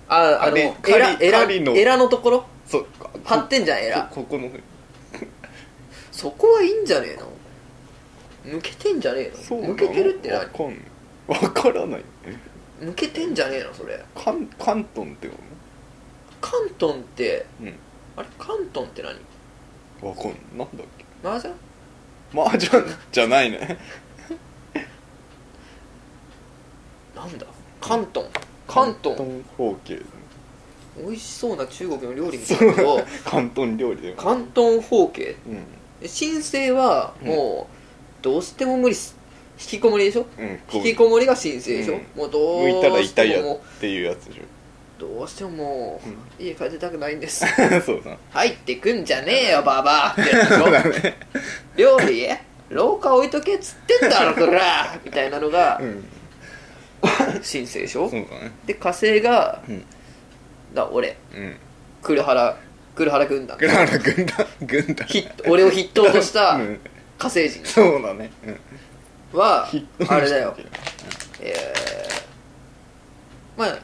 ああのあれエラ狩りエラ狩りのエラのところそうそう張ってんじゃんエラここのそこはいいんじゃねえの向けてんじゃねえそうのなの向けてるってわ何かんないわからない向けてんじゃねえのそれ関関東ってこと関東ってうんあれ関東って何わかんないなんだっけ麻雀まあじゃじゃないねなんだ関東関東方形美味しそうな中国の料理みたいだけど関東料理だよ関東方形うん申請はもうどうしても無理っす引きこもりでしょうん引きこもりが申請でしょ、うんもうど向いたらうし痛いてやもっていうやつでしどうしてももう家帰りたくないんですょ [LAUGHS] そうだ入ってくんじゃねえよ [LAUGHS] ババアってやつでしょね料理廊下置いとけっつってんだろこらみたいなのがうん申請でしょそうだねで火星がうんだ俺うん黒原黒原軍団グラーラ軍団軍団筆俺を筆頭としたうん火星人そうだねうんは筆頭にしたあれだよっけえーまあ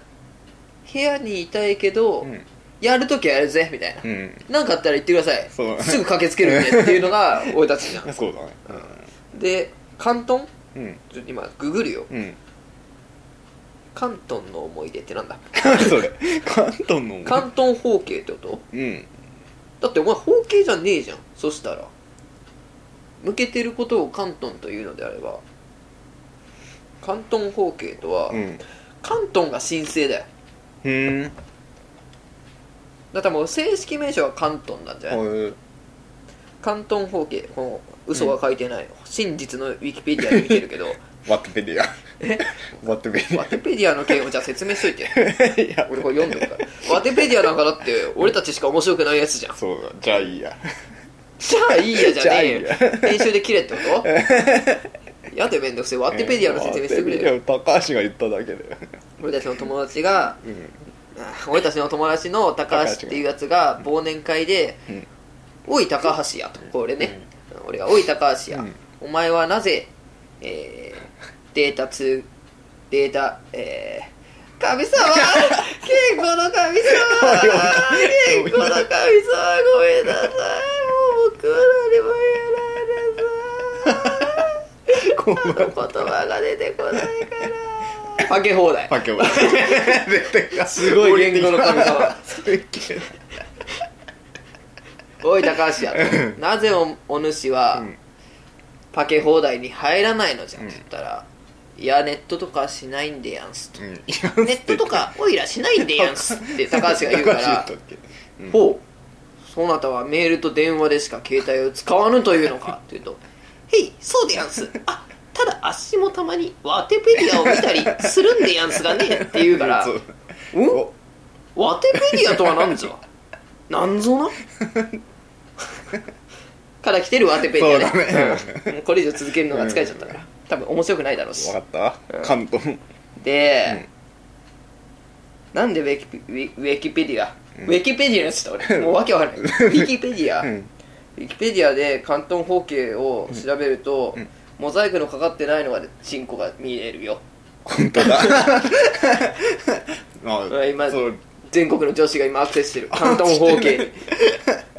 部屋にいたいけど、うんやるときはやるぜみたいなうんなんかあったら言ってくださいすそうぐ駆けつけるんでっていう [LAUGHS] のが俺たちじゃんそうだねで関東うんちょ今ググるようん関東の思い出ってなんだ [LAUGHS] それ関東の関東方形ってことうんだってお前方形じゃねえじゃんそしたら向けてることを関東というのであれば関東方形とは、うん関東が申請だよふーんだからもう正式名称は関東なんじゃない、はい関東法系この嘘は書い [LAUGHS] てない、真実のウィキペディアで見てるけどワットペディアえワットペディ [LAUGHS] ワテペディアの件をじゃあ説明しと [LAUGHS] いてアいや俺これ読んでるからワテペディアなんかだって俺たちしか面白くないやつじゃんそうだじゃあいいやじゃあいいやじゃねえよじゃあいい編集で切れって [LAUGHS] ことやでめんどくせえワテペディアの説明してくれよよ高橋が言っただけだよ俺たちの友達がうんあ俺たちの友達の高橋っていうやつが忘年会でうん「おい高橋や」とこれね、俺が「おい高橋や、うんお前はなぜ、[LAUGHS] えーデータ通データえー [LAUGHS] 神様健康の神様おいお健い康の神様ごめんなさいもう僕は [LAUGHS] こん何も言えないです言葉が出てこ [LAUGHS] ないからパケ放題パケ [LAUGHS] モン絶対すごい言語の神様それっきりおい高橋やうなぜおお主は、うんパケ放題に入らないのじゃんっうんて言ったら、いやネットとかしないんでやんすと、うんネットとかおいらしないんでやんすって高橋が言高橋言っうからたっけうんほうそなたはメールと電話でしか携帯を使わぬというのかって言うと「へいそうでやんすあただあっしもたまにワテペディアを見たりするんでやんすがね」って言うか [LAUGHS] らそう「うんおワテペディアとは何ぞなんぞなから来てるワテペディアそうだねうんもうこれ以上続けるのが疲れちゃったから多分面白くないだろうしわかった関東で、なんでウェキウィウィキペディア、ウィキペディアのやつだ俺もうわけわかんないウィキペディア、うんウィキペディアで関東方形を調べると、うんモザイクのかかってないのがチンコが見えるよ本当 [LAUGHS] だあ今そう全国の女子が今アクセスしてる関東方形に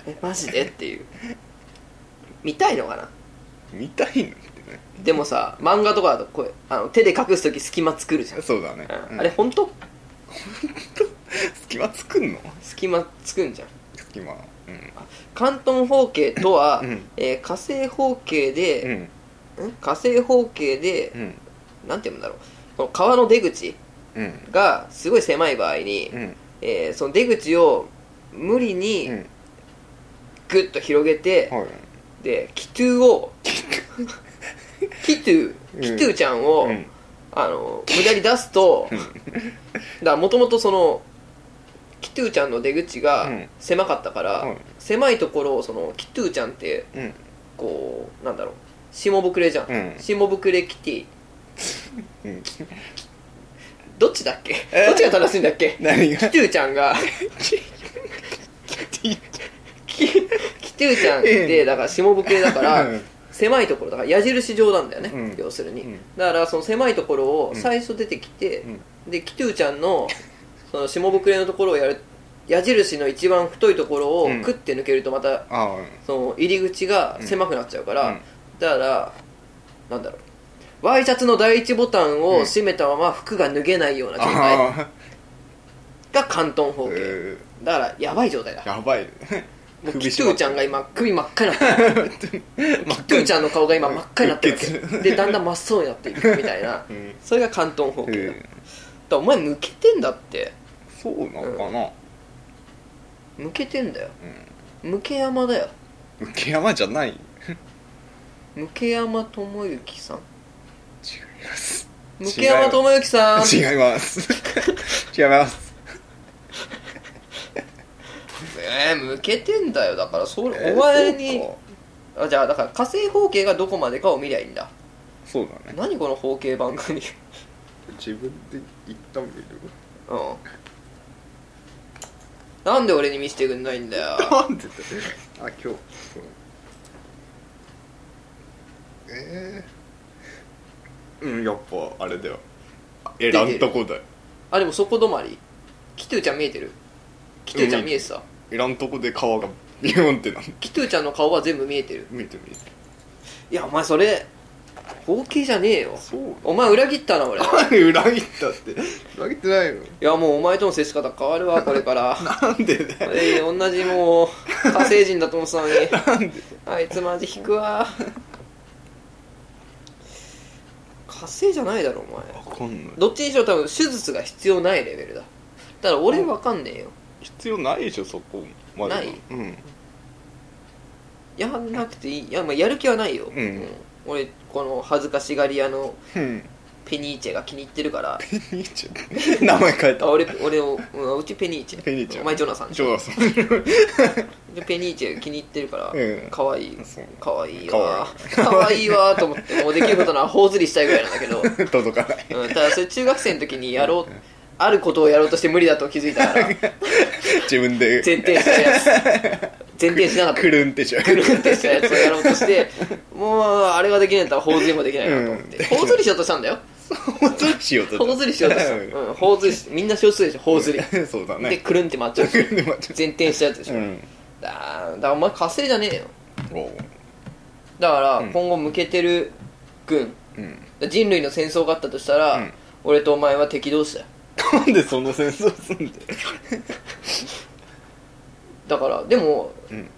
えマジでっていう見たいのかな見たいのってねでもさ漫画とかだとこうあの手で隠す時隙間作るじゃん、そうだねうんうんあれ本当隙間作んの隙間作んじゃん隙間うん関東方形とは、うんえー火星方形うで、んん火星方形で、うんなんて言うんだろうこの川の出口うんがすごい狭い場合に、うんえーその出口を無理にうんグッと広げて、はいでキト [LAUGHS] ゥをキトゥうんキトゥちゃんを、うんあの無理やり出すとだからもともとそのキトゥちゃんの出口がうん狭かったから、うん狭いところをそのキトゥちゃんってうんこうなんだろう下ぼくれじゃん、うん下ぼくれキティうんどっちだっけえどっちが正しいんだっけ何がキトゥちゃんが [LAUGHS] キキトゥちゃんってだから下ぼくれだからうん狭いところだから矢印状なんだよね、うん要するに、うんだからその狭いところを最初出てきて、でキトゥちゃんのその下ぼくれのところをやる矢印の一番太いところをうんクッて抜けるとまた、ああうんその入り口が狭くなっちゃうから、うんだからなんだろうワイシャツの第一ボタンを閉めたまま服が脱げないような状態あが関東方あ形、えだからやばい状態だーやばいねもう首キしトまゥっーちゃんが今首真っ赤にな [LAUGHS] ってるキトゥーちゃんの顔が今真っ赤になってるわうけでだんだん真っ青になっていくみたいな、うんそれが関東方う形だ,、んお前向けてんだってそうなのかな向けてんだよ向け山だようん受け山じゃない違い向け山智之さん [LAUGHS] ます向け山智之さん違います [LAUGHS] 違いますえー、向けてんだよだからそれ、えーお前にそうかあじゃあだから火星方形がどこまでかを見りゃいいんだそうだね何この方形番組自分で一旦見るうんなんで俺に見せてくんないん [LAUGHS] だよ [LAUGHS] なんでだあ今日ええうんやっぱあれだよえらんとこだよあでもそこ止まりキトゥちゃん見えてるキトゥちゃん見えてた、えらんとこで顔がビヨンってなキトゥちゃんの顔は全部見えてる見て見ていやお前それ方形じゃねえよそうお前裏切ったな俺い何裏切ったって裏切ってないのやもうお前との接し方変わ [LAUGHS] るわこれからなんでだよえー、同じもう火星人だと思ってたのに [LAUGHS] なんであいつマジ引くわ火発生じゃないだろお前わかんないどっちにしろ多分手術が必要ないレベルだだから俺わかんねえよ必要ないでしょそこまではないうんやんなくていいいや,、まあ、やる気はないよ、うん俺この恥ずかしがり屋のうん [LAUGHS] ペニーチェが気に入ってるからペニーチェ名前変えあた俺俺をうんうちペニーチェペニーチェお前ジョナサンでしジょョナサンでペニーチェ気に入ってるから、うんかわいいそうかわいいわかわいいわと思ってもうできることなら頬ずりしたいぐらいなん [LAUGHS] だけど、う [LAUGHS] 届かないん、ただそれ中学生の時にやろうあることをやろうとして無理だと気づいた [LAUGHS] から自分で前提したやつ前提しなかったくるんってし [LAUGHS] ちゃうくるんってしたやつをやろうとしてもうあれができないんだったら頬ずりもできないなと思ってうん頬ずりしようとしたんだよ頬ずりしようと頬ずりしようとしたうん頬ずりしみんな少数でしょ頬ずりりそうだでねくるんって回っちゃうくるんで待っ前転したやつでしょちゃううんだーだからお前火星じゃねえよおうだからうん今後向けてる軍うん人類の戦争があったとしたら、うん俺とお前は敵同士だよなんでその戦争すんだよだからでもうん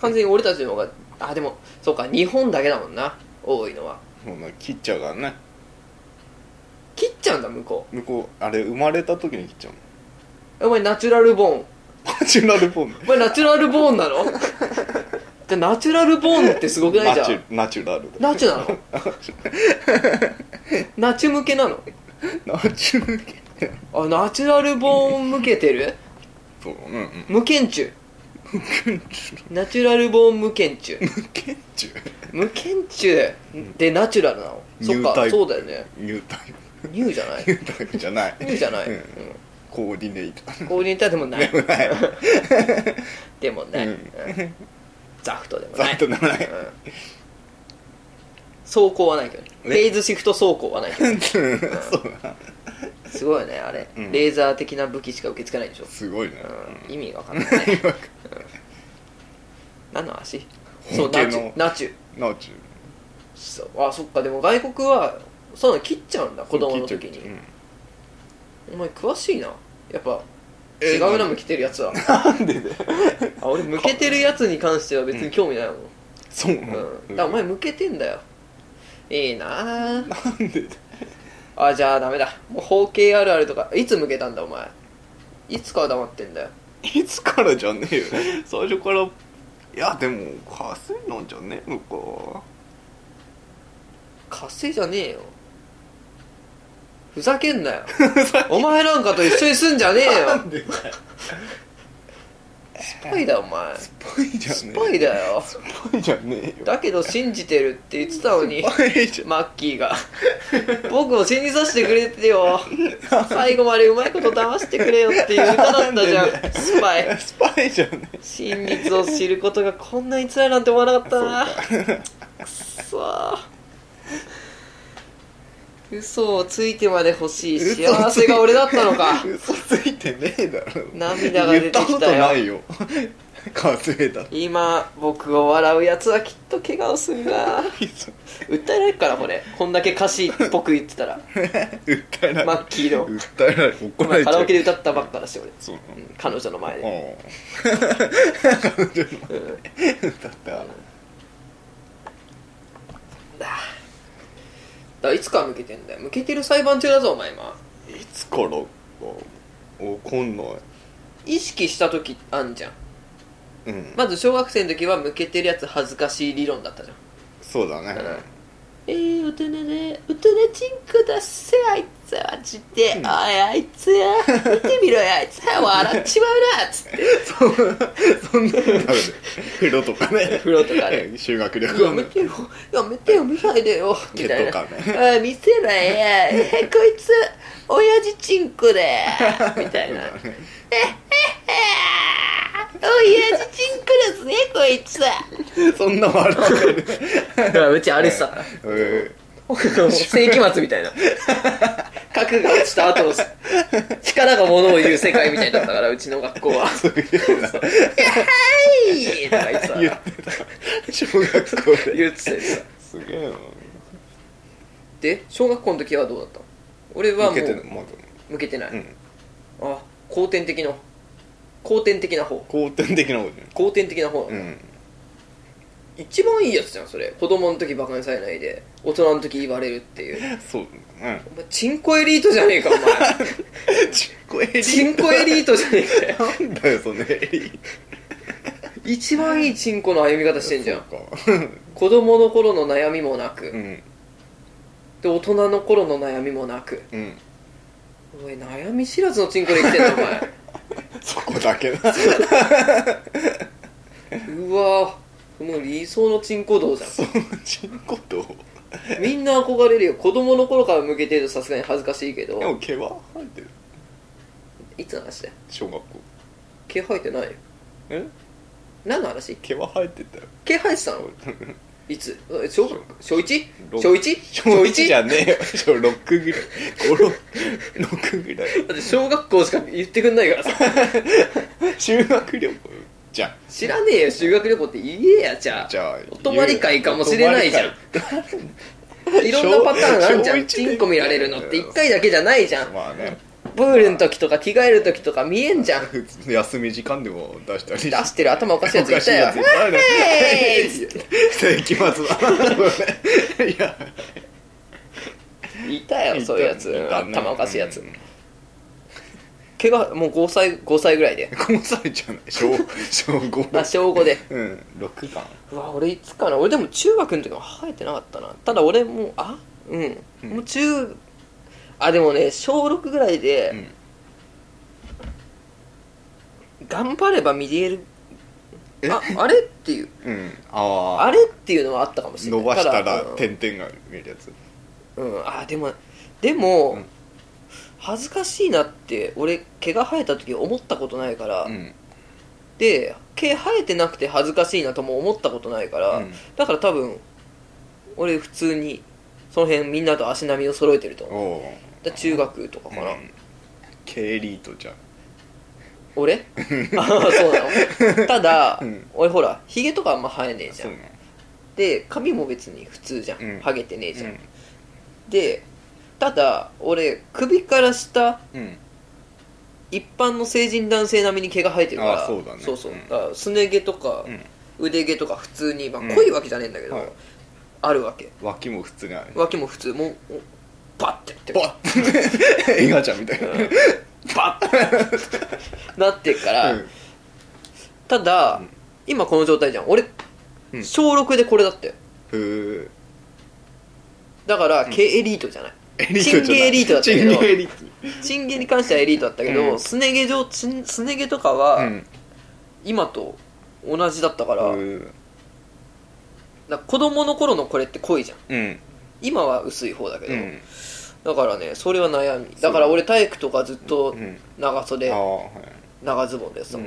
完全に俺たちの方があでもそうか日本だけだもんな多いのはもうな切っちゃうからね切っちゃうんだ向こ向こうあれ生まれた時に切っちゃうのうお前ナチュラルボーンナチュラルボーンお前ナチュラルボーンなの [LAUGHS] でナチュラルボーンってすごくないナじゃチュんナチュラルだナチュな [LAUGHS] のナチュ向けなのナチュラルあナチュラルボーン向けてるそううんうん無犬中ナチュラルボーン無犬中ケンチュ無犬中でナチュラルなのニそュっータかイプそうだよねニュータイニューじ [LAUGHS] ゃないプニュータイプじゃないニューじゃない、ううんんコーディネーター [LAUGHS] コーディネーターでも [LAUGHS] ないでもないでもない、うんうんザフトでもざなっいとでもないうん走行はないけどねえレイズシフト走行はない [LAUGHS] けどねうんそうだすごいよねあれ、うんレーザー的な武器しか受け付けないでしょ、すごいねうん、意味が分かんないね、うん、何の足そう本家ナのチュナチュナチュそうあそっかでも外国はそういうの切っちゃうんだ子供の時に、うんお前詳しいなやっぱえ違うななん向でけてるやつ [LAUGHS] はなんでだよあ俺向けてるやつに関しては別に興味ないもん、そうなのうん、だからお前向けてんだよいいなあなんでだよあじゃあダメだもう包茎あるあるとかいつ向けたんだお前いつから黙ってんだよいつからじゃねえよ最初からいやでも火星なんじゃねえのか火星じゃねえよ [LAUGHS] ふざけんなよお前なんかと一緒にすんじゃねえよなんでだよスパイだよお前スパイじゃねえスパイだよスパイじゃねえよだけど信じてるって言ってたの [LAUGHS] にスパイじゃマッキーが僕を信じさせてくれてよ最後までうまいこと騙してくれよっていう歌だったじゃん [LAUGHS] なんでだよスパイスパイじゃねえ真実を知ることがこんなに辛いなんて思わなかったなくっそー嘘をついてまで欲しい幸せが俺だったのか嘘ついてねえだろ涙が出て言きたよったことないよ火星だって今僕を笑うやつはきっと怪我をするな [LAUGHS] 訴訴えられるからこれこんだけ歌詞っぽく言ってたらえられマッキーの訴えられ怒られちゃうカラオケで歌ったばっかだし俺そううん彼女の前うんで、彼女のうん、歌ったらだいつから向けてんだよ向けてる裁判中だぞお前今いつからか怒んない意識した時あんじゃんうんまず小学生の時は向けてるやつ恥ずかしい理論だったじゃんそうだねえー、大人で大人チンコ出せあいつはマジで、おいあいつや見てみろよあいつは笑っちまうなっつってそんなそんなのあるね風呂とかね風呂とかね修学旅や行のめてよやめてよ見ないでよみたいな毛とかあ見せないやえこいつ親父チンコだみたいなえへへ親父チンコですねこいつそんな笑わないだからうちあれさうん世紀末みたいな核が落ちた後の力が物を言う世界みたいだったからうちの学校は「そういうのはい!」とか言って言さってた小学校で言ってたよさすげえなで小学校の時はどうだったの俺はも向うけてるまだ向けてない、うんあ後天的な後天的な方後天的なことね後天的な方なの、うん一番いいやつじゃんそれ子供の時バカにされないで大人の時言われるっていうそうだ [LAUGHS] ねお前チンコエリートじゃねえかお [LAUGHS] 前うんちっこエリチンコエリートじゃねえかよなんだよそのエリ一番いいチンコの歩み方してんじゃんそうか子供の頃の悩みもなく、うんで大人の頃の悩みもなくうんお前悩み知らずのチンコで生きてんのお前そこだけなうわぁもう理想のチンコ道じゃそんのちんことみんな憧れるよ子供の頃から向けてるとさすがに恥ずかしいけでもど毛は生えてるいつの話だよ小学校毛生えてないよえ何の話毛は生えてたよ毛生えてたのいつえ小学小 1? ろ小 1? 小一じゃねえよ小6ぐらい56ぐらいだって小学校しか言ってくんないからさ修学旅行じゃん知らねえよ修学旅行って言えやじゃあじゃあお泊まり会かもしれないじゃんおいろんなパターンあるじゃ小ん一チンコ見られるのって1回だけじゃないじゃんまあねプールの時とか着替える時とか見えんじゃん普通休み時間でも出したり出してる頭おかしいやついたおかしいよやついヘイたよね世紀末だなこれいや [LAUGHS] いたよそういうやついたね頭おかしいやつうん怪我もう5歳5歳ぐらいで5歳じゃない小小あ5小5でうん6番うわ俺いつかな俺でも中学の時も生えてなかったなただ俺もうあうん、うんもう中あでもね小6ぐらいで、うん頑張れば見れるああれっていううんあああれっていうのはあったかもしれない伸ばしただらうん点々が見えるやつうん、あでもでも、うん恥ずかしいなって俺毛が生えた時思ったことないから、うんで毛生えてなくて恥ずかしいなとも思ったことないから、うんだから多分俺普通にその辺みんなと足並みを揃えてるとお思うおだから中学とかかな、ケイリートじゃん俺 [LAUGHS] あーそうなのただ、うん俺ほらヒゲとかあんま生えねえじゃそうんなので髪も別に普通じゃん、うんハゲてねえじゃん、うんでただ俺首から下うん一般の成人男性並みに毛が生えてるからあそうだねそうそううんだからすね毛とかうん腕毛とか普通に、まあうん濃いわけじゃねえんだけど、はいあるわけ脇も普通にある脇も普通もうおバッてやってるバッ [LAUGHS] 映画ちゃんみたいなバッてなってっから、うんただ、今この状態じゃん俺、うん小6でこれだったよふうだから、毛エリートじゃないエリチーントじゃゲないエリートだったけどチンゲエリーチンゲに関してはエリートだったけうどんすね毛上チンすね毛とかトうはん今と同じだったから,、うん子供の頃のこれって濃いじゃんうん今は薄い方だけど、うんだからねそれは悩みだから俺体育とかずっとうん長袖ああはい長ズボンでさ、うん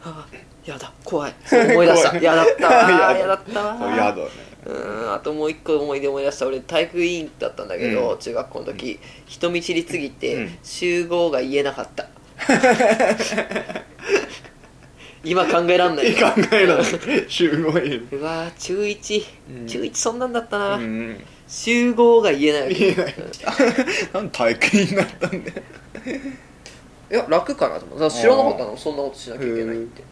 はあやだ怖いそう思い出した [LAUGHS] 怖いやだったわやだやだったわそうやだねうーんあともう一個思い出思い出した俺体育委員だったんだけど、うん中学校の時、人見知りすぎて、うん集合が言えなかった [LAUGHS] 今考えらんないいい考えだね集合いいうわー中1、うん中1そんなんだったうな、ん集合が言えないわけ言えないなんで体育委員になったんだよいや楽かなと思うだから知らなかったのそんなことしなきゃいけないって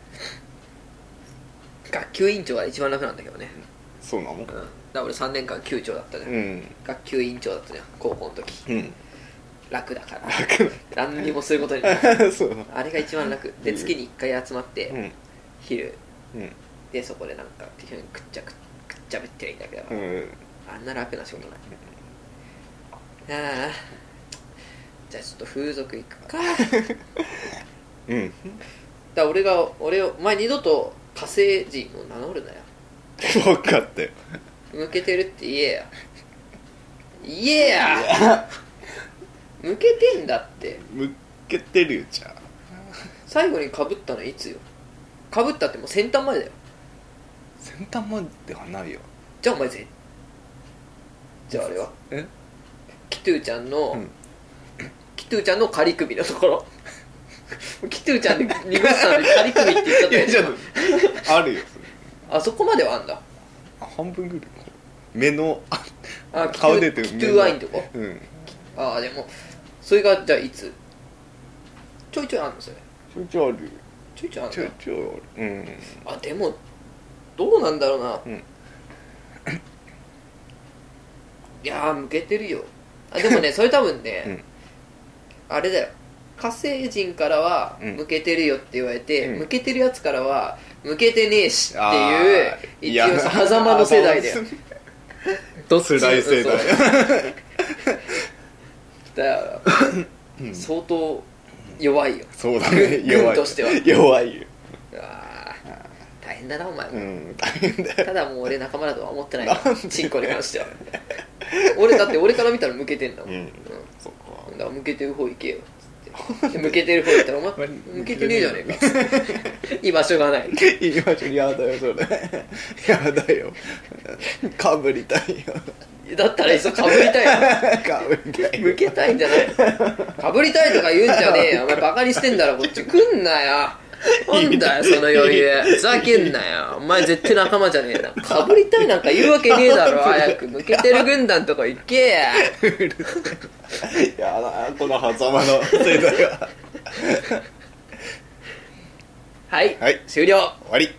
学級委員長が一番楽なんだけどね、そうなのうん、だから俺3年間級長だったじゃん、うん学級委員長だったじゃん高校の時うん楽だから楽何にもすることに [LAUGHS] そうなのあれが一番楽でうん月に1回集まって、うん昼うんでそこでなんか適当にくっちゃくっくっちゃべってりゃいいんだけだかうら、んあんな楽な仕事ないああじゃあちょっと風俗行くかだかうんら俺が俺をお前二度と火星人を名乗るなよ分かったよ向けてるって言えや言えや向けてんだって向けてるよじゃあ最後にかぶったのいつよかぶったってもう先端までだよ先端まではないよじゃあお前ぜじゃああれはえキトゥちゃんの、うんキトゥちゃんの仮首のところ [LAUGHS] キトゥちゃんで濁したのに仮首って言っちゃっいたややちょっつとあるよそれあそこまではあんだあ半分ぐらい目のああキト顔出てゥるキ目トのゥワインとこうんああでもそれがじゃあいつちょいちょいあんのそれちょいちょいあるよちょいちょいあんちょのいちょいあるうんあでもどうなんだろうな、うんいやー向けてるよあで [LAUGHS] もねそれ多分ね、うんあれだよ火星人からはうん向けてるよって言われて、うん向けてるやつからは向けてねえしっていうあー一応さ狭間の世代 [LAUGHS] だよどっち辛い世代そう [LAUGHS] だからうん相当弱いよそうだ [LAUGHS] ね軍弱いとしては弱いようわー大変だなお前、うん大変だよただもう俺仲間だとは思ってないなんでチンコに関しては俺だって俺から見たら向けてんだもん、うんうんそこだから向けてる方行けよつって向けてる方行ったらお [LAUGHS] 前向けてねえじゃねえかつって居場所がない今ちょっとやだよそれやだよかぶりたいよだったらいっそかぶりた [LAUGHS] いよかぶりたいよ向けたいんじゃないかぶりたいとか言うんじゃねえよお前バカにしてんだろこっち来んなよなんだよその余裕ふざけんなよお前絶対仲間じゃねえなかぶりたいなんか言うわけねえだろ早く向けてる軍団とか行けや [LAUGHS] やだこの狭間の世代ははい、はい終了終わり